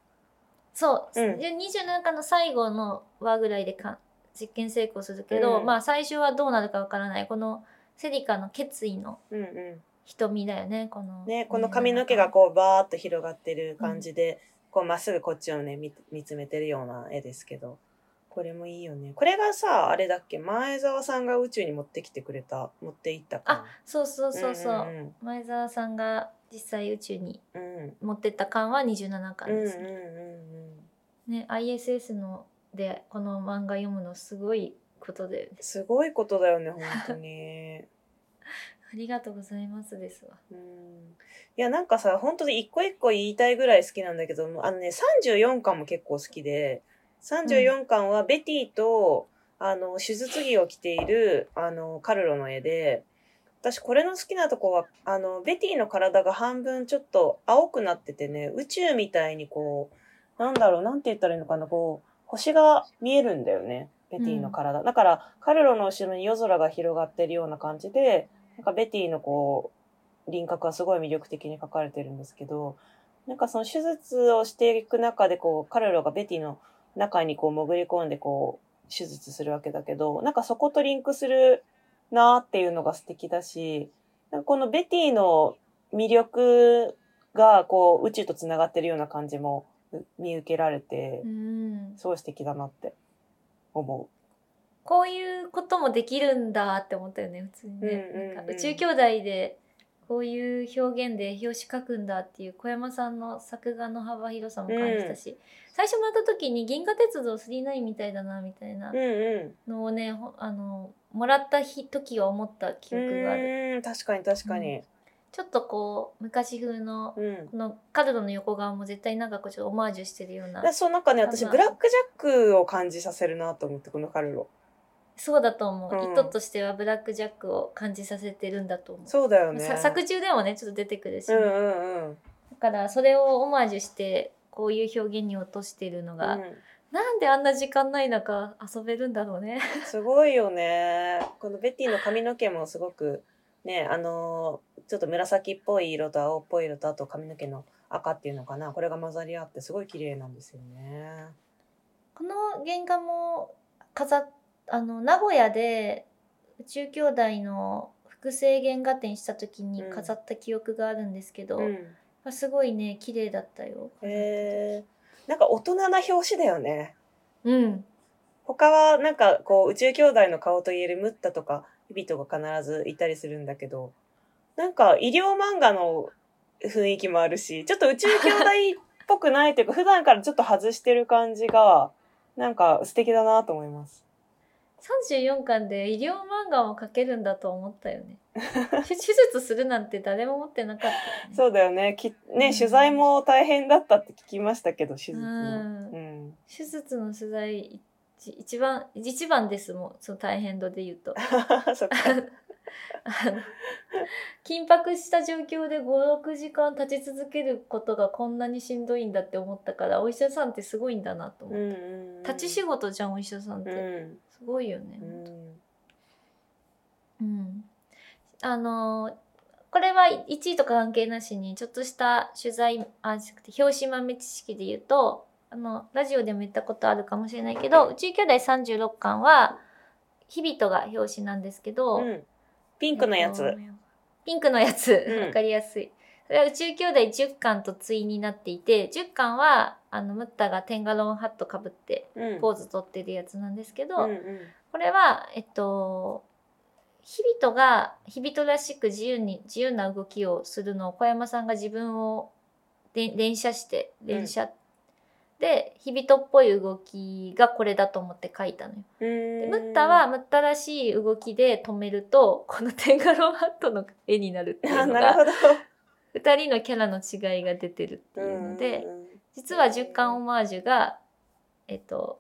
Speaker 1: そう、
Speaker 2: うん
Speaker 1: で27巻の最後の話ぐらいでか実験成功するけど、
Speaker 2: うん
Speaker 1: まあ最初はどうなるかわからないこのセリカの決意の
Speaker 2: うんう
Speaker 1: 瞳だよねこの
Speaker 2: んねこの髪の毛がこうバーっと広がってる感じで、こうまっすぐこっちをね見見つめてるような絵ですけどこれもいいよねこれがさあれだっけ前澤さんが宇宙に持ってきてくれた持っていった
Speaker 1: あ
Speaker 2: か
Speaker 1: そうそうそうそう,、
Speaker 2: ん
Speaker 1: 前澤さんが実際宇宙に
Speaker 2: うんうんうん
Speaker 1: 持ってった巻は27巻
Speaker 2: うんうん
Speaker 1: ですね,、
Speaker 2: うんうん
Speaker 1: ね ISS のでこの漫画読むのすごいことだよね
Speaker 2: すごいことだよね本当に
Speaker 1: ありがとうございますですわ
Speaker 2: うんいやなんかさ本当に一個一個言いたいぐらい好きなんだけどもあのね34巻も結構好きで34巻はベティと、あの手術着を着ているあのカルロの絵で私これの好きなとこはあのベティの体が半分ちょっと青くなっててね宇宙みたいにこうなんだろうなんて言ったらいいのかなこう星が見えるんだよねベティの体、だからカルロの後ろに夜空が広がってるような感じでなんかベティのこう輪郭がすごい魅力的に描かれてるんですけどなんかその手術をしていく中でこうカルロがベティの中にこう潜り込んでこう手術するわけだけどなんかそことリンクするなーっていうのが素敵だしなんかこのベティの魅力がこう宇宙とつながってるような感じもう見受けられて
Speaker 1: うん
Speaker 2: すごい素敵だなって思
Speaker 1: こういうこともできるんだって思ったよね普通にね、
Speaker 2: うんうんうん
Speaker 1: なんか宇宙兄弟でこういう表現で表紙書くんだっていう小山さんの作画の幅広さも感じたし、最初もらった時に「銀河鉄道999」みたいだなみたいな
Speaker 2: うんう
Speaker 1: のをね、ほあのもらった日時は思った記
Speaker 2: ん。
Speaker 1: 憶がある。
Speaker 2: うーん、確かに確かに。
Speaker 1: ちょっとこう昔風の
Speaker 2: うん。
Speaker 1: この角度の横側も絶対なんかこうちょっとオマージュしてるような
Speaker 2: でそうなんかね、私、
Speaker 1: あまあ
Speaker 2: ブラックジャックを感じさせるなと思って、このカルロ。
Speaker 1: そうだと思う、
Speaker 2: うん
Speaker 1: 意図としてはブラック・ジャックを感じさせてるんだと思う
Speaker 2: そうだよね。
Speaker 1: さ作中でもねちょっと出てくるし、
Speaker 2: うんうんうん。
Speaker 1: だからそれをオマージュしてこういう表現に落としてるのが、
Speaker 2: うん
Speaker 1: なんであんな時間ない中遊べるんだろうね
Speaker 2: すごいよね。このベティの髪の毛もすごく、ね、あのーちょっと紫っぽい色と青っぽい色と、あと髪の毛の赤っていうのかな。これが混ざり合って、すごい綺麗なんですよね。
Speaker 1: この原画も飾っあの名古屋で宇宙兄弟の複製原画展した時に飾った記憶があるんですけど、
Speaker 2: うん。
Speaker 1: まあすごいね綺麗だったよ。
Speaker 2: えー、なんか大人な表紙だよね。
Speaker 1: うん、
Speaker 2: 他はなんかこう宇宙兄弟の顔といえるムッタとかヒビトが必ずいたりするんだけど、なんか医療漫画の雰囲気もあるし、ちょっと宇宙兄弟っぽくないというか、普段からちょっと外してる感じが、なんか素敵だなと思います。
Speaker 1: 34巻で医療漫画も描けるんだと思ったよ ね手術するなんて誰も思ってなかったよね
Speaker 2: そうだよね。き
Speaker 1: うん
Speaker 2: ね、取材も大変だったって聞きましたけど、手術
Speaker 1: う
Speaker 2: の。
Speaker 1: ん
Speaker 2: うん。
Speaker 1: 手術の取材一一番一番ですもんその大変度で言うと
Speaker 2: そっか。
Speaker 1: あの緊迫した状況で56時間立ち続けることがこんなにしんどいんだって思ったからお医者さんってすごいんだなと
Speaker 2: うん
Speaker 1: 思
Speaker 2: う
Speaker 1: う、
Speaker 2: んうん。
Speaker 1: 立ち仕事じゃんお医者さんって、
Speaker 2: うん。
Speaker 1: すごいよね、
Speaker 2: うん。
Speaker 1: うん、あのこれは1位とか関係なしにちょっとした取材あじゃなくて表紙豆知識で言うとあのラジオでも言ったことあるかもしれないけど「宇宙兄弟36巻」は日々とが表紙なんですけど、
Speaker 2: うんピンクのやつ。
Speaker 1: えっと。ピンクのやつ。
Speaker 2: うん
Speaker 1: わかりやすい。それは宇宙兄弟10巻と対になっていて、10巻は、あの、ムッタがテンガロンハットかぶって
Speaker 2: うん
Speaker 1: ポーズ取ってるやつなんですけど、
Speaker 2: うんうん
Speaker 1: これは、えっと、日々とが、日々とらしく自由に、自由な動きをするのを小山さんが自分をで連写して、連写、で、日々とっぽい動きがこれだと思って書いたのよ。でム
Speaker 2: ム
Speaker 1: ッタはムッタらしい動きで止めるとこのテンガロンハットの絵になるっていう
Speaker 2: あ
Speaker 1: の
Speaker 2: なるほ
Speaker 1: が
Speaker 2: ど。
Speaker 1: 2人のキャラの違いが出てるっていうので
Speaker 2: うんうんうん
Speaker 1: 実は10巻オマージュがえっと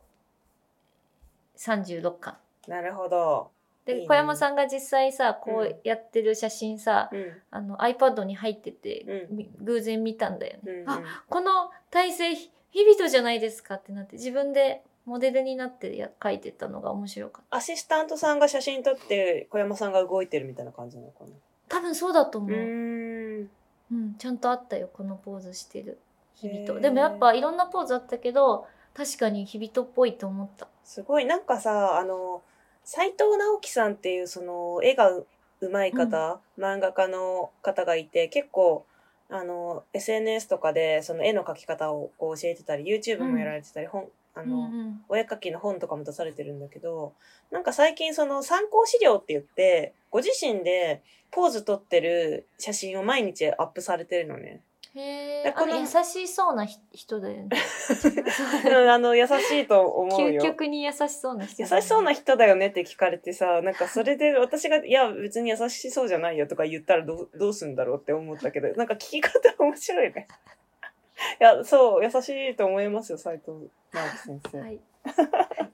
Speaker 1: 36巻。
Speaker 2: なるほど。いい
Speaker 1: で
Speaker 2: ね
Speaker 1: 小山さんが実際さこ
Speaker 2: うん
Speaker 1: うやってる写真さ、
Speaker 2: うん
Speaker 1: あの iPad に入ってて、
Speaker 2: うん
Speaker 1: み偶然見たんだよね。
Speaker 2: うんうん
Speaker 1: あこの体勢ひ日々とじゃないですかってなって自分でモデルになってや描いてたのが面白かった。
Speaker 2: アシスタントさんが写真撮って小山さんが動いてるみたいな感じなのかな。
Speaker 1: 多分そうだと思う。
Speaker 2: ん。
Speaker 1: うん、ちゃんとあったよこのポーズしてる日々
Speaker 2: へ
Speaker 1: と
Speaker 2: ー
Speaker 1: でもやっぱいろんなポーズあったけど確かに日々とっぽいと思った
Speaker 2: すごいなんかさあの斎藤直樹さんっていうその絵がううまい方、漫画家の方がいて結構あの SNS とかでその絵の描き方をこう教えてたり YouTube もやられてたり、本あ
Speaker 1: うん
Speaker 2: の、
Speaker 1: うん
Speaker 2: お絵描きの本とかも出されてるんだけど、なんか最近その参考資料って言って、ご自身でポーズ撮ってる写真を毎日アップされてるのね。
Speaker 1: へ
Speaker 2: で
Speaker 1: え
Speaker 2: この
Speaker 1: 優しそうなひ人だよね
Speaker 2: うんあの、優しいと 思 う
Speaker 1: 究
Speaker 2: よ。
Speaker 1: 極に優しそうな人
Speaker 2: 優
Speaker 1: だよね
Speaker 2: しそうな人だよねって聞かれてさ、なんかそれで私が、いや別に優しそうじゃないよとか言ったらどうどうすんだろうって思ったけど、なんか聞き方面白いね。いや、そう、優しいと思いますよ、斉藤直樹先生。
Speaker 1: はい、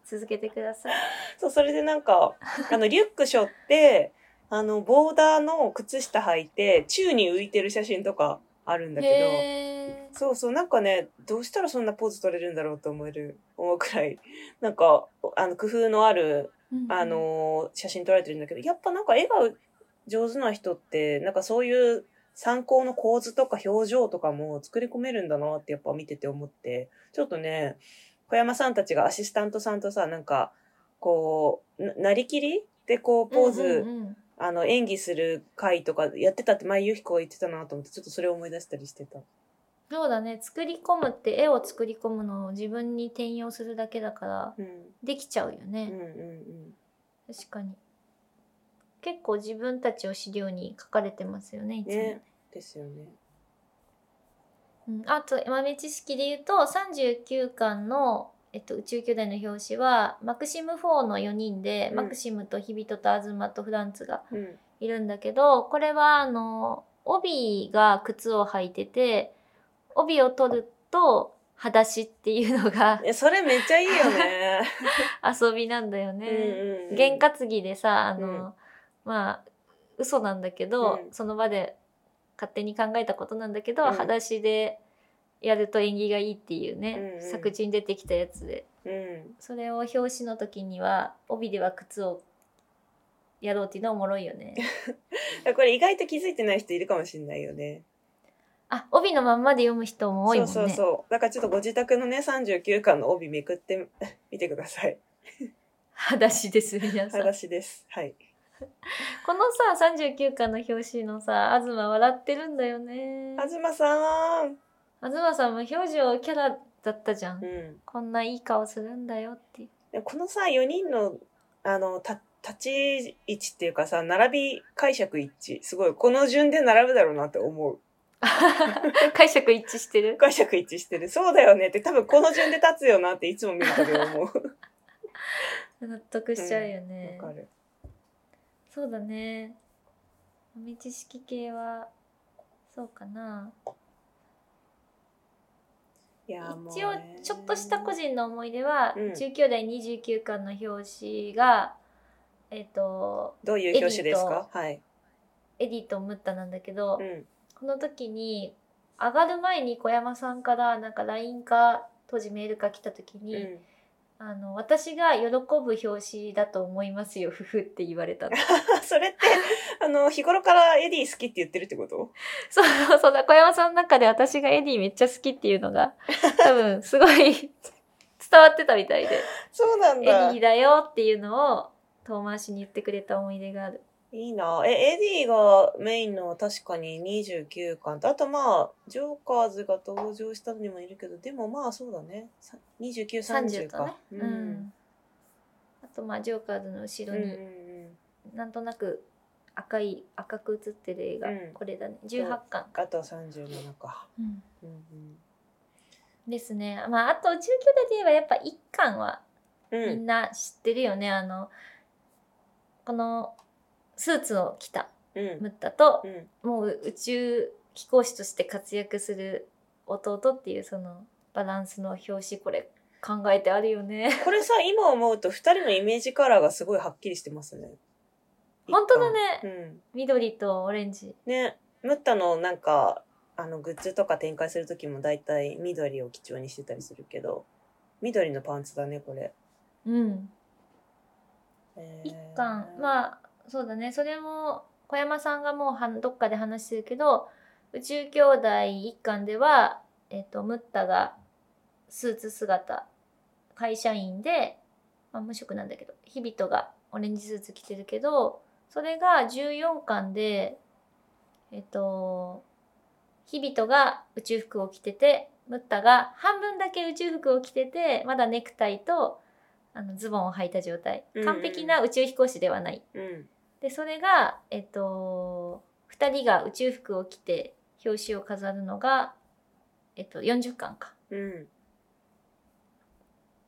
Speaker 1: 続けてください
Speaker 2: そう、それでなんか、あの、リュック背負って、あの、ボーダーの靴下履いて、宙に浮いてる写真とかあるんだけ
Speaker 1: へ
Speaker 2: ど、そうそう、なんかね、どうしたらそんなポーズ取れるんだろうと思える、思うくらい、なんか、あの、工夫のある、
Speaker 1: ー
Speaker 2: あの、写真撮られてるんだけど、やっぱなんか絵が上手な人って、なんかそういう参考の構図とか表情とかも作り込めるんだなってやっぱ見てて思って、ちょっとね、小山さんたちがアシスタントさんとさ、なんか、こう、ななりきりでこう、ポーズ、
Speaker 1: うんうんうん
Speaker 2: あの、演技する回とかやってたって前、ゆひこが言ってたなと思って、ちょっとそれを思い出したりしてた。
Speaker 1: そうだね作り込むって絵を作り込むのを自分に転用するだけだから
Speaker 2: うん。
Speaker 1: できちゃうよ
Speaker 2: うんうん
Speaker 1: ね、
Speaker 2: うん。
Speaker 1: 確かに結構自分たちを資料に書かれてますよねいつも。
Speaker 2: ねですよね。
Speaker 1: うん、あと豆知識で言うと39巻の、えっと、宇宙兄弟の表紙はマクシム4の4人で、
Speaker 2: うん
Speaker 1: マクシムとヒビトとアズマとフランツが
Speaker 2: うん。
Speaker 1: いるんだけどこれはあの帯が靴を履いてて帯を取ると裸足っていうの が
Speaker 2: え、それめっちゃいいよ ね。
Speaker 1: 遊びなんだよ
Speaker 2: う
Speaker 1: ね。
Speaker 2: んうん。
Speaker 1: 験。担ぎでさあの、
Speaker 2: うん
Speaker 1: まあ嘘なんだけど、
Speaker 2: うん
Speaker 1: その場で勝手に考えたことなんだけど、
Speaker 2: うん
Speaker 1: 裸足でやると縁起がいいっていうね、
Speaker 2: うんうん
Speaker 1: 作品に出てきたやつで
Speaker 2: うん。
Speaker 1: それを表紙の時には帯では靴をやろうっていうのはおもろいよ ね
Speaker 2: これ意外と気づいてない人いるかもしれないよね。
Speaker 1: あ帯のまんまで読む人も多いもんね
Speaker 2: そうそうそう。だからちょっとご自宅のね、39巻の帯めくって みてください。
Speaker 1: 裸足です皆さん
Speaker 2: 話です。はい。
Speaker 1: このさ39巻の表紙のさ東笑ってるんだよね
Speaker 2: 東さん。
Speaker 1: 東さんも表情キャラだったじゃん
Speaker 2: うん。
Speaker 1: こんないい顔するんだよっていう。
Speaker 2: でこのさ、4人の、あの、た、立ち位置っていうかさ、並び解釈一致。すごい。この順で並ぶだろうなって思う。
Speaker 1: 解釈一致してる。
Speaker 2: 解釈一致してる。そうだよねって、多分この順で立つよなっていつも見るたび思う。わ
Speaker 1: 納得しちゃうよ ね。
Speaker 2: かる。
Speaker 1: そうだね。豆知識系は、そうかな。
Speaker 2: いやーもう
Speaker 1: 一応
Speaker 2: ね、
Speaker 1: ちょっとした個人の思い出は、
Speaker 2: うん
Speaker 1: 19代29巻の表紙が、えっ、と、
Speaker 2: どういう表紙ですかはい。
Speaker 1: エディとムッタなんだけど、
Speaker 2: うん。
Speaker 1: この時に、上がる前に小山さんから、なんか LINE か、当時メールか来た時に、
Speaker 2: うん。
Speaker 1: あの、私が喜ぶ表紙だと思いますよ、ふふって言われたの。
Speaker 2: そ れって、あの、日頃からエディ好きって言ってるってこと
Speaker 1: そうそうそうだ、小山さんの中で私がエディめっちゃ好きっていうの が、多分すごい 伝わってたみたいで、
Speaker 2: そうなん
Speaker 1: エデ
Speaker 2: だ。
Speaker 1: ィだよっていうのを遠回しに言ってくれた思い出がある。
Speaker 2: いいな。え、エディがメインの確かに29巻と、あとまあ、ジョーカーズが登場したのにもいるけど、でもまあそうだね。さ29、30
Speaker 1: 30とね
Speaker 2: か。。
Speaker 1: うん。あと、まあ、ジョーカーズの後
Speaker 2: うん。
Speaker 1: ろ
Speaker 2: うんう
Speaker 1: に、
Speaker 2: ん。
Speaker 1: なんとなく赤い、赤く写ってる映画、
Speaker 2: うん
Speaker 1: これだね。18巻か。
Speaker 2: あとは37か。うんうん。
Speaker 1: ですね。まあ、あと、19代で言えばやっぱ1巻は
Speaker 2: う
Speaker 1: み
Speaker 2: ん。
Speaker 1: んな知ってるよね。あの、この、スーツを着た
Speaker 2: うん。
Speaker 1: ムッタと、
Speaker 2: うん。
Speaker 1: もう宇宙飛行士として活躍する弟っていうそのバランスの表紙これ考えてあるよね。
Speaker 2: これさ、今思うと二人のイメージカラーがすごいはっきりしてますね。
Speaker 1: 本当だね。
Speaker 2: うん。
Speaker 1: 緑とオレンジ。
Speaker 2: ね、ムッタのなんか、あの、グッズとか展開するときも大体緑を基調にしてたりするけど、緑のパンツだね、これ。
Speaker 1: うん。
Speaker 2: えー
Speaker 1: 一巻。まあそうだね。それも小山さんがもうはどっかで話してるけど宇宙兄弟一巻では、えっとムッタがスーツ姿会社員で、まあ、無職なんだけど日々とがオレンジスーツ着てるけどそれが14巻でえっと日々とが宇宙服を着ててムッタが半分だけ宇宙服を着ててまだネクタイとあのズボンを履いた状態
Speaker 2: うんうん
Speaker 1: 完璧な宇宙飛行士ではない
Speaker 2: うん。
Speaker 1: でそれがえっと2人が宇宙服を着て表紙を飾るのが、えっと、40巻か
Speaker 2: うん。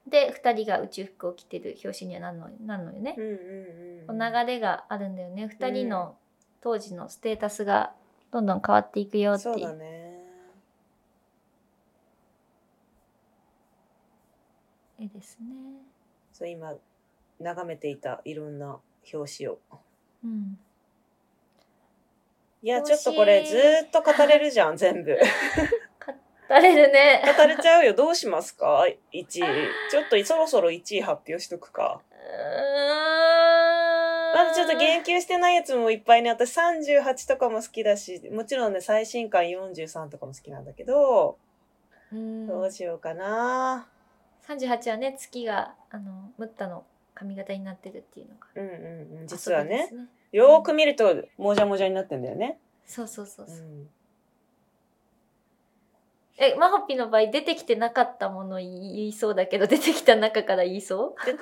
Speaker 1: で2人が宇宙服を着てる表紙にはなるのなるのよね
Speaker 2: うん。うん。うん。
Speaker 1: こう流れがあるんだよね2人の当時のステータスがどんどん変わっていくよってい
Speaker 2: そううだね。
Speaker 1: 絵ですね。
Speaker 2: そう、今、眺めていたいろんな表紙を。
Speaker 1: うん、
Speaker 2: いや、
Speaker 1: 表
Speaker 2: ちょ
Speaker 1: 紙
Speaker 2: っとこれずーっと語れるじゃ ん、全部。
Speaker 1: 誰るね
Speaker 2: 語れちゃうよ。どうしますか ?1 位。ちょっとそろそろ1位発表しとくか。ま
Speaker 1: ま
Speaker 2: だちょっと言及してないやつもいっぱいね、私38とかも好きだし、もちろんね、最新刊43とかも好きなんだけど、
Speaker 1: うん
Speaker 2: どうしようかな。
Speaker 1: 38はね月があのムッタの髪型になってるっていうのが
Speaker 2: うんうんうん、実は
Speaker 1: 遊
Speaker 2: ね
Speaker 1: び、です
Speaker 2: よーく見ると、もじゃもじゃになってんだよね。
Speaker 1: そうそうそう
Speaker 2: う
Speaker 1: そう、
Speaker 2: ん。
Speaker 1: えマホピの場合 出てきてなかったもの言いそうだけど出てきた中から言いそう
Speaker 2: で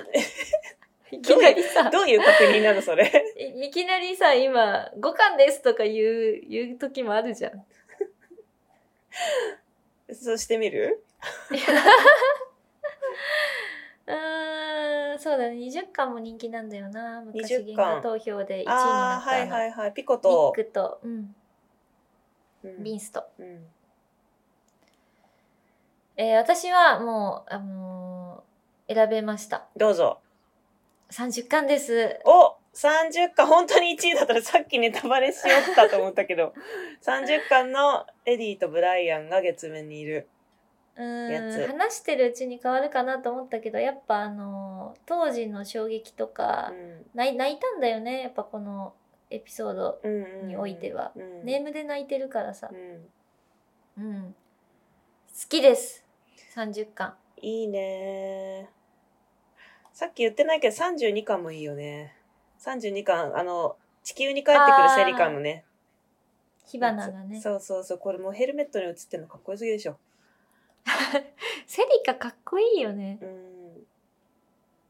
Speaker 1: いきなりさ、
Speaker 2: どういう確認なのそれ。
Speaker 1: いいきなりさ、今、五巻ですとか言う、言う時もあるじゃん。
Speaker 2: そうしてみる
Speaker 1: うーん、そうだね。20巻も人気なんだよな。昔
Speaker 2: 20
Speaker 1: 原画投票で1位にな
Speaker 2: あ
Speaker 1: っ
Speaker 2: あ、
Speaker 1: たあ
Speaker 2: は
Speaker 1: の。
Speaker 2: いはいはい。ピコ
Speaker 1: ビッ
Speaker 2: と。
Speaker 1: グと、うん、
Speaker 2: うん
Speaker 1: ビンスト。
Speaker 2: うん
Speaker 1: えー私はもう、あのー選べました。
Speaker 2: どうぞ。
Speaker 1: 30巻です。
Speaker 2: お !30 巻、本当に1位だったら さっきネタバレしよったと思ったけど、30巻のエディとブライアンが月面にいる。
Speaker 1: う
Speaker 2: やつ
Speaker 1: ーん、話してるうちに変わるかなと思ったけど、やっぱあのー当時の衝撃とか、泣い泣いたんだよね。やっぱこのエピソード。
Speaker 2: うんうんうん
Speaker 1: においては
Speaker 2: うん
Speaker 1: ネームで泣いてるからさ
Speaker 2: う。ん
Speaker 1: うん。好きです。30巻。
Speaker 2: いいねさっき言ってないけど32巻もいいよね。32巻、あの、地球に帰ってくるセリカのね。
Speaker 1: 火花がね。
Speaker 2: そうそうそう。これもうヘルメットに映ってるのかっこよすぎでしょ。
Speaker 1: セリカかっこいいよね。
Speaker 2: うん。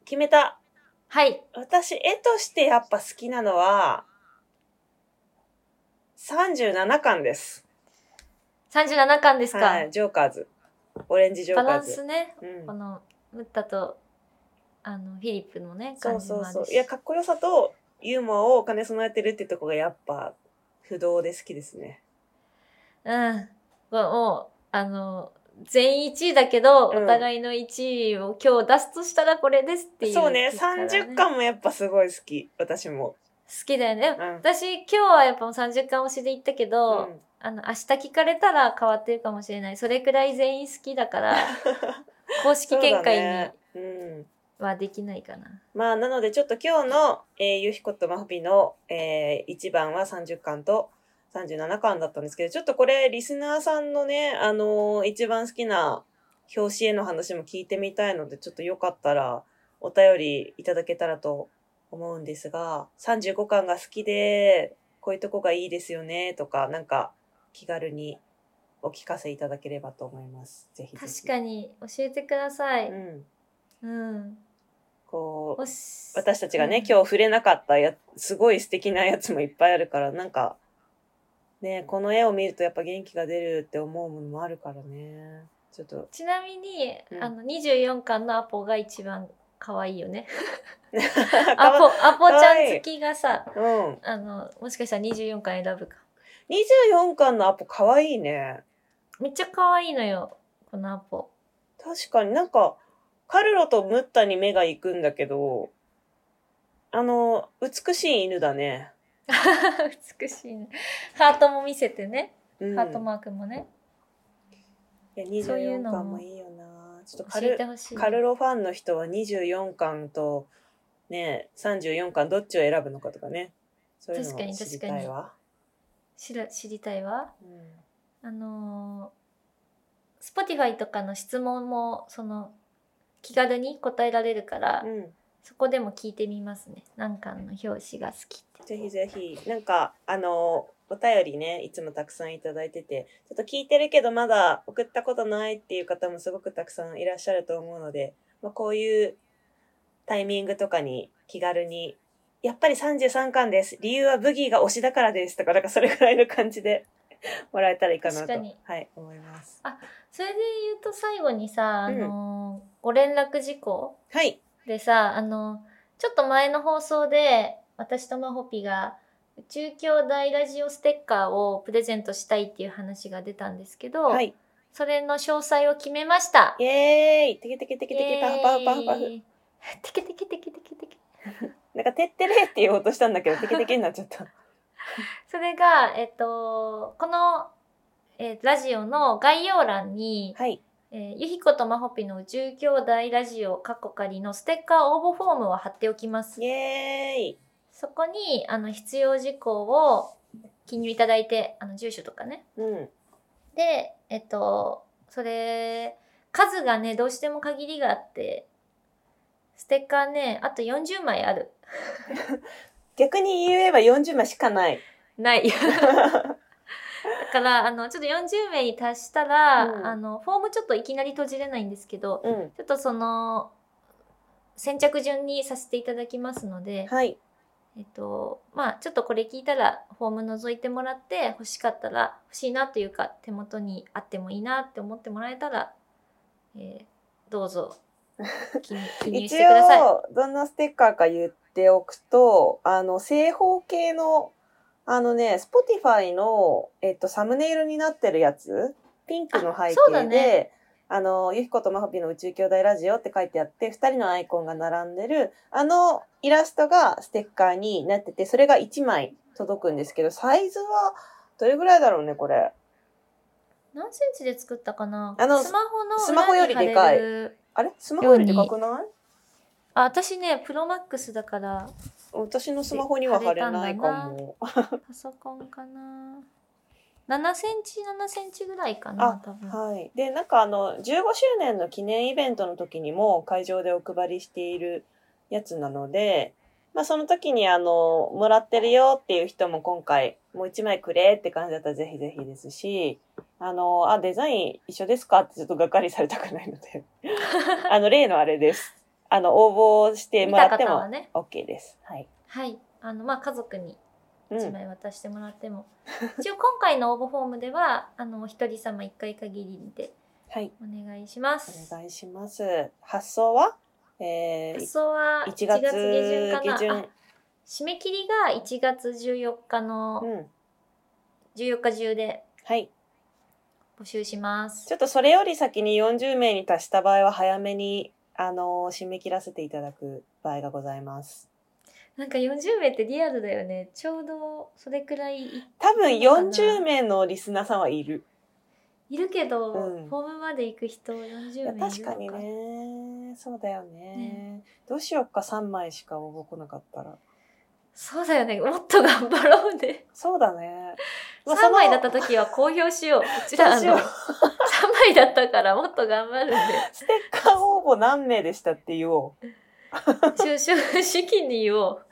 Speaker 2: 決めた。
Speaker 1: はい。
Speaker 2: 私、絵としてやっぱ好きなのは、37巻です。
Speaker 1: 37巻ですか。
Speaker 2: はい、ジョーカーズ。オレンジジョ
Speaker 1: バ
Speaker 2: ーカ
Speaker 1: ラ
Speaker 2: ー
Speaker 1: ンス
Speaker 2: ズ。
Speaker 1: ね。
Speaker 2: うん
Speaker 1: この、ムッタと、あの、フィリップのね、
Speaker 2: そ
Speaker 1: 感
Speaker 2: う
Speaker 1: じも
Speaker 2: そ
Speaker 1: ある
Speaker 2: う
Speaker 1: し。
Speaker 2: そう。いや、かっこよさとユーモアをお金備えてるってとこがやっぱ不動で好きですね。
Speaker 1: うん。もうもう、あの、全員1位だけど、
Speaker 2: うん
Speaker 1: お互いの1位を今日出すとしたらこれですっていう、
Speaker 2: そうね、
Speaker 1: 結果が
Speaker 2: 30巻もやっぱすごい好き。私も。
Speaker 1: 好きだよね。
Speaker 2: うん。
Speaker 1: 私、今日はやっぱもう30巻推しで行ったけど、
Speaker 2: うん
Speaker 1: あの、明日聞かれたら変わってるかもしれない。それくらい全員好きだ から、公式見解に
Speaker 2: そうだねうん。
Speaker 1: はできないかな。
Speaker 2: まあ、なのでちょっと今日の、えー、ゆひことまふびの、え1番は30巻と37巻だったんですけど、ちょっとこれ、リスナーさんのね、あのー一番好きな表紙への話も聞いてみたいので、ちょっとよかったらお便りいただけたらと思うんですが、35巻が好きで、こういうとこがいいですよね、とか、なんか気軽にお聞かせいただければと思います。ぜひぜひ。
Speaker 1: 確かに、教えてください。
Speaker 2: うん。
Speaker 1: うん。
Speaker 2: こう、
Speaker 1: おし
Speaker 2: 私たちがね、
Speaker 1: うん
Speaker 2: 今日触れなかったやすごい素敵なやつもいっぱいあるからなんかねこの絵を見るとやっぱ元気が出るって思うものもあるからねち ょっと
Speaker 1: ちなみに、
Speaker 2: うん
Speaker 1: あの、24巻のアポが一番可愛いよね。ア
Speaker 2: か
Speaker 1: ポ、アポちゃ
Speaker 2: 可愛
Speaker 1: ん
Speaker 2: い
Speaker 1: 好きがさ、
Speaker 2: うん
Speaker 1: あの、もしかしたら24巻選ぶか。
Speaker 2: 24巻のアポかわいいね
Speaker 1: めっちゃ可愛いのよ、このアポ。
Speaker 2: 確かになんかカルロとムッタに目が行くんだけどあの美しい犬だね、
Speaker 1: 美しいね。ハートも見せてね。
Speaker 2: うん、
Speaker 1: ハートマークもね。
Speaker 2: いや
Speaker 1: そういう
Speaker 2: 24
Speaker 1: のも
Speaker 2: 巻もいいよなちょっとカ
Speaker 1: 教え
Speaker 2: ル
Speaker 1: てほしい。
Speaker 2: カルロファンの人は24巻とね34巻どっちを選ぶのかとかねそういうの
Speaker 1: 確か
Speaker 2: を
Speaker 1: に
Speaker 2: 知りたいわ、
Speaker 1: 知ら知りたいわ。
Speaker 2: うん
Speaker 1: あのー、Spotify とかの質問も、その、気軽に答えられるから、
Speaker 2: う
Speaker 1: そこでも聞いてみますね。何巻の表紙が好きっ
Speaker 2: ん、
Speaker 1: て。
Speaker 2: ぜひぜひなんかあのお便りねいつもたくさんいただいててちょっと聞いてるけどまだ送ったことないっていう方もすごくたくさんいらっしゃると思うので、まあ、こういうタイミングとかに気軽に「やっぱり33巻です理由はブギーが推しだからです」とかなんかそれくらいの感じで もらえたらいいかな
Speaker 1: 確
Speaker 2: と
Speaker 1: かに
Speaker 2: はい、思います。
Speaker 1: それで言うと最後にさ、あ
Speaker 2: うん
Speaker 1: のーご連絡事項
Speaker 2: はい
Speaker 1: でさ、あのちょっと前の放送で、私とまほぴが、宇宙兄弟ラジオステッカーをプレゼントしたいっていう話が出たんですけど、
Speaker 2: はい。
Speaker 1: それの詳細を決めました。
Speaker 2: イエーイテケテケテケテ
Speaker 1: イエー
Speaker 2: ケパフパフパフパフ。
Speaker 1: イ テケテケテケテケテケ。
Speaker 2: なんか、てってれーって言おうとしたんだけ ど、テケテケになっちゃった。
Speaker 1: それが、えっと、この、えーラジオの概要欄に、
Speaker 2: はい。
Speaker 1: えーゆひことまほぴの宇宙兄弟ラジオ過去仮のステッカー応募フォームを貼っておきます
Speaker 2: イ。エーイ
Speaker 1: そこに、あの、必要事項を記入いただいて、あの、住所とかね。
Speaker 2: うん。
Speaker 1: で、えっと、それ、数がね、どうしても限りがあって、ステッカーね、あと40枚ある。
Speaker 2: 逆に言えば40枚しかない。
Speaker 1: ない。だから、あの、ちょっと40名に達したら、
Speaker 2: うん
Speaker 1: あの、フォームちょっといきなり閉じれないんですけど、
Speaker 2: うん。
Speaker 1: ちょっとその、先着順にさせていただきますので、
Speaker 2: はい。
Speaker 1: えっと、まあちょっとこれ聞いたらフォーム覗いてもらって欲しかったら欲しいなというか手元にあってもいいなって思ってもらえたら、えーどうぞ 記入記入して
Speaker 2: 一
Speaker 1: ください。
Speaker 2: 応、どんなステッカーか言っておくと、あの、正方形の、あのね、Spotify の、えっと、サムネイルになってるやつ、ピンクの背
Speaker 1: あそうだ
Speaker 2: 景で、
Speaker 1: ね
Speaker 2: あの、ゆひことまほぴの宇宙兄弟ラジオって書いてあって、二人のアイコンが並んでる、あのイラストがステッカーになってて、それが1枚届くんですけど、サイズは、どれぐらいだろうね、これ。
Speaker 1: 何センチで作ったかな
Speaker 2: あの
Speaker 1: スマホの
Speaker 2: スマホよりでか
Speaker 1: 裏に貼れ
Speaker 2: い
Speaker 1: る
Speaker 2: あれスマホよりでかくない
Speaker 1: あ、私ね、プロマックスだから、
Speaker 2: 私のスマホには貼れないか
Speaker 1: 貼れたん
Speaker 2: も。
Speaker 1: パソコンかな。7センチ、7センチぐらいか
Speaker 2: あ
Speaker 1: な、多分。
Speaker 2: はい。で、なんかあの、15周年の記念イベントの時にも会場でお配りしているやつなので、まあその時にあの、もらってるよっていう人も今回、もう一枚くれって感じだったらぜひぜひですし、あの、あ、デザイン一緒ですかってちょっとがっかりされたくない ので、あの、例のあれです。あの、応募して
Speaker 1: 見
Speaker 2: もら
Speaker 1: た
Speaker 2: って
Speaker 1: 方は
Speaker 2: も
Speaker 1: ね。
Speaker 2: OK です。はい。
Speaker 1: はい。あの、まあ、家族に
Speaker 2: う
Speaker 1: 1
Speaker 2: ん。
Speaker 1: 枚渡してもらっても。一応、今回の応募フォームでは、あの、お一人様1回限りで
Speaker 2: はい。
Speaker 1: お願いします。
Speaker 2: お願いします。発送はえ
Speaker 1: 発
Speaker 2: ー、
Speaker 1: 送は1
Speaker 2: 1
Speaker 1: 月下
Speaker 2: 月
Speaker 1: 旬かな
Speaker 2: 下旬
Speaker 1: あ締め切りが1月14日の
Speaker 2: うん。
Speaker 1: 14日中で
Speaker 2: はい。
Speaker 1: 募集します。
Speaker 2: ちょっとそれより先に40名に達した場合は早めに、あのー締め切らせていただく場合がございます。
Speaker 1: なんか40名ってリアルだよね。ちょうどそれくらいい
Speaker 2: 多分
Speaker 1: そうかな
Speaker 2: 40名のリスナーさんはいる。
Speaker 1: いるけど、
Speaker 2: うん
Speaker 1: フォームまで行く人40
Speaker 2: い
Speaker 1: 名い
Speaker 2: や
Speaker 1: るのか
Speaker 2: 確かにね。そうだよね。どうしようか3枚しか応募来なかったら。
Speaker 1: そうだよね。もっと頑張ろうね。
Speaker 2: そうだ ね。まあ
Speaker 1: 3枚だっ。
Speaker 2: そ
Speaker 1: た
Speaker 2: の
Speaker 1: 時は公表しよう。うちらあ
Speaker 2: そうしよ
Speaker 1: の、
Speaker 2: う
Speaker 1: 3枚だったからもっと頑張るんで。
Speaker 2: ステッカー応募何名でしたって言おう。
Speaker 1: 就職式に言おう。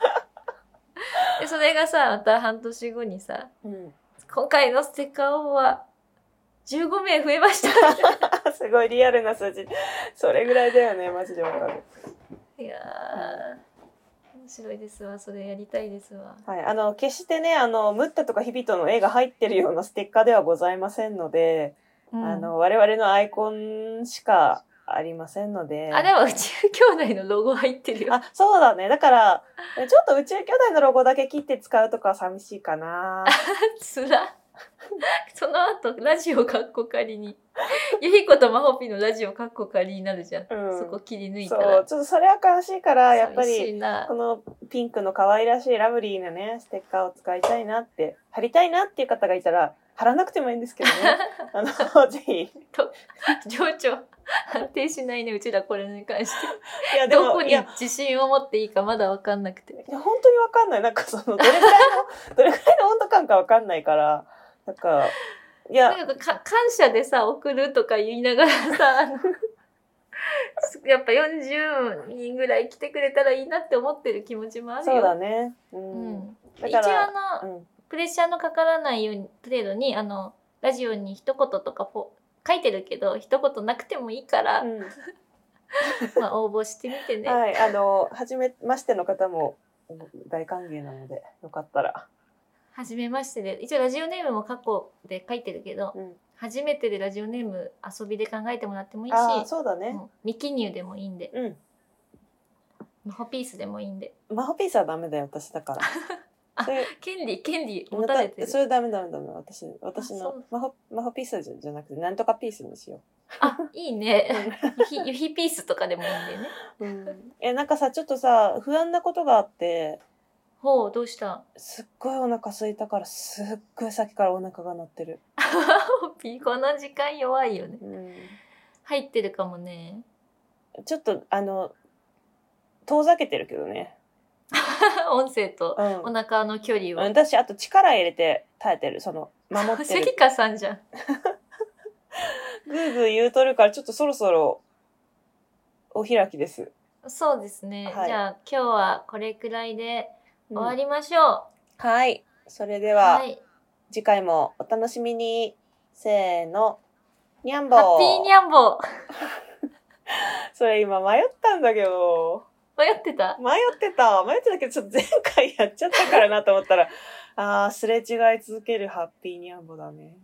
Speaker 1: で、それがさ、また半年後にさ、
Speaker 2: うん、
Speaker 1: 今回のステッカー応募は15名増え ました。
Speaker 2: すごいリアルな数字。それぐらいだよね。マジでわかる。
Speaker 1: いやー、面白いですわ。それやりたいですわ。
Speaker 2: はい、あの決してねあのムッタとかヒビトの絵が入ってるようなステッカーではございませんので、
Speaker 1: うん
Speaker 2: あの我々のアイコンしかありませんので
Speaker 1: あ、でも宇宙兄弟のロゴ入ってるよ。
Speaker 2: あそうだねだからちょっと宇宙兄弟のロゴだけ切って使うとかは寂しい かな
Speaker 1: つら。その後、ラジオかっこ仮に。ゆひことまほぴのラジオかっこ仮になるじゃん。
Speaker 2: うん
Speaker 1: そこ切り抜いた
Speaker 2: そう
Speaker 1: ら。
Speaker 2: ちょっとそれは悲しいからやっぱ
Speaker 1: 寂し
Speaker 2: り
Speaker 1: いな
Speaker 2: こ。のピンクの可愛らしいラブリーなねステッカーを使いたいなって貼りたいなっていう方がいたら貼らなくてもいいんですけど ねあのぜひい
Speaker 1: 情緒、安定しないね、うちらこれに関して。
Speaker 2: やでも
Speaker 1: どこ
Speaker 2: い
Speaker 1: に
Speaker 2: や
Speaker 1: 自信を持っていいかまだわかんなくて。
Speaker 2: いや本当にわかんない。なんかその、どれくらいの、どれくらいの温度感かわかんないから、なんか、いや、
Speaker 1: なんかか感謝でさ、送るとか言いながらさ、あのやっぱ40人ぐらい来てくれたらいいなって思ってる気持ちもあるよ。
Speaker 2: そうだね。う。
Speaker 1: うんん。
Speaker 2: だ
Speaker 1: 一
Speaker 2: か
Speaker 1: 応
Speaker 2: ら
Speaker 1: あの、
Speaker 2: うん。
Speaker 1: プレッシャーのかからないように程度にあのラジオに一言とかポ書いてるけど一言なくてもいいから、
Speaker 2: う
Speaker 1: まあ、応募してみて
Speaker 2: ん
Speaker 1: ね、
Speaker 2: はい。あの、はじめましての方も大歓迎なので、よかったら。
Speaker 1: 初めましてで一応ラジオネームも過去で書いてるけど
Speaker 2: うん。
Speaker 1: 初めてでラジオネーム遊びで考えてもらってもいいし
Speaker 2: ああ、そうだね。
Speaker 1: もう未記入でもいいんで
Speaker 2: うん。
Speaker 1: マホピースでもいいんで
Speaker 2: マホピースはダメだよ、私だから。
Speaker 1: あ
Speaker 2: それ
Speaker 1: 権利権利 持たれてる
Speaker 2: それダメダメダメ私私
Speaker 1: あそ
Speaker 2: の
Speaker 1: う
Speaker 2: マホマホピースじゃじゃなくてなんとかピースにしよ
Speaker 1: あいいね ゆひゆひピースとかでもいいんでね
Speaker 2: う、えなんかさちょっとさ不安なことがあって
Speaker 1: ほうどうした
Speaker 2: すっごいお腹空いたからすっごいさっきからお腹が鳴ってる、
Speaker 1: マホピーこの時間弱いよね
Speaker 2: うん、
Speaker 1: 入ってるかもね
Speaker 2: ちょっとあの遠ざけてるけどね、
Speaker 1: 音声と
Speaker 2: う
Speaker 1: お
Speaker 2: ん、
Speaker 1: 腹の距離を。
Speaker 2: 私あと力入れて耐えてるその守っ て
Speaker 1: 関
Speaker 2: る
Speaker 1: 川さんじゃん。
Speaker 2: グーグー言うとるからちょっとそろそろお開きです、
Speaker 1: そうですね。
Speaker 2: はい
Speaker 1: じゃあ今日はこれくらいで
Speaker 2: うん
Speaker 1: 終わりましょ
Speaker 2: はいそれで
Speaker 1: う。
Speaker 2: は、
Speaker 1: はい。
Speaker 2: 次回もお楽しみにせーのにゃんぼ
Speaker 1: ハッピーニャンボー。
Speaker 2: それ今迷ったんだけど
Speaker 1: 迷ってた。
Speaker 2: 迷ってた。迷ってたけど、ちょっと前回やっちゃったからなと思ったら、 ああ、すれ違い続けるハッピーニャンボだね。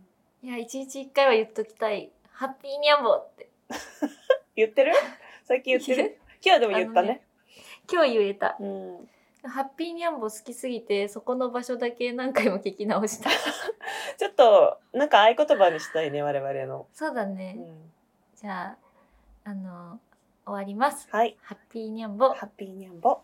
Speaker 1: いや、一日一回は言っときたい。ハッピーニャンボって。
Speaker 2: 言ってる最近言ってる今日でも言ったね。
Speaker 1: 今日言えた。
Speaker 2: うん。
Speaker 1: ハッピーニャンボ好きすぎて、そこの場所だけ何回も聞き直 した。
Speaker 2: ちょっと、なんか合言葉にしたいね、我々の。
Speaker 1: そうだ
Speaker 2: う
Speaker 1: ね。
Speaker 2: ん、
Speaker 1: じゃあ、あの、終わります。
Speaker 2: はい。
Speaker 1: ハッピーニャンボ。
Speaker 2: ハッピーニャンボ。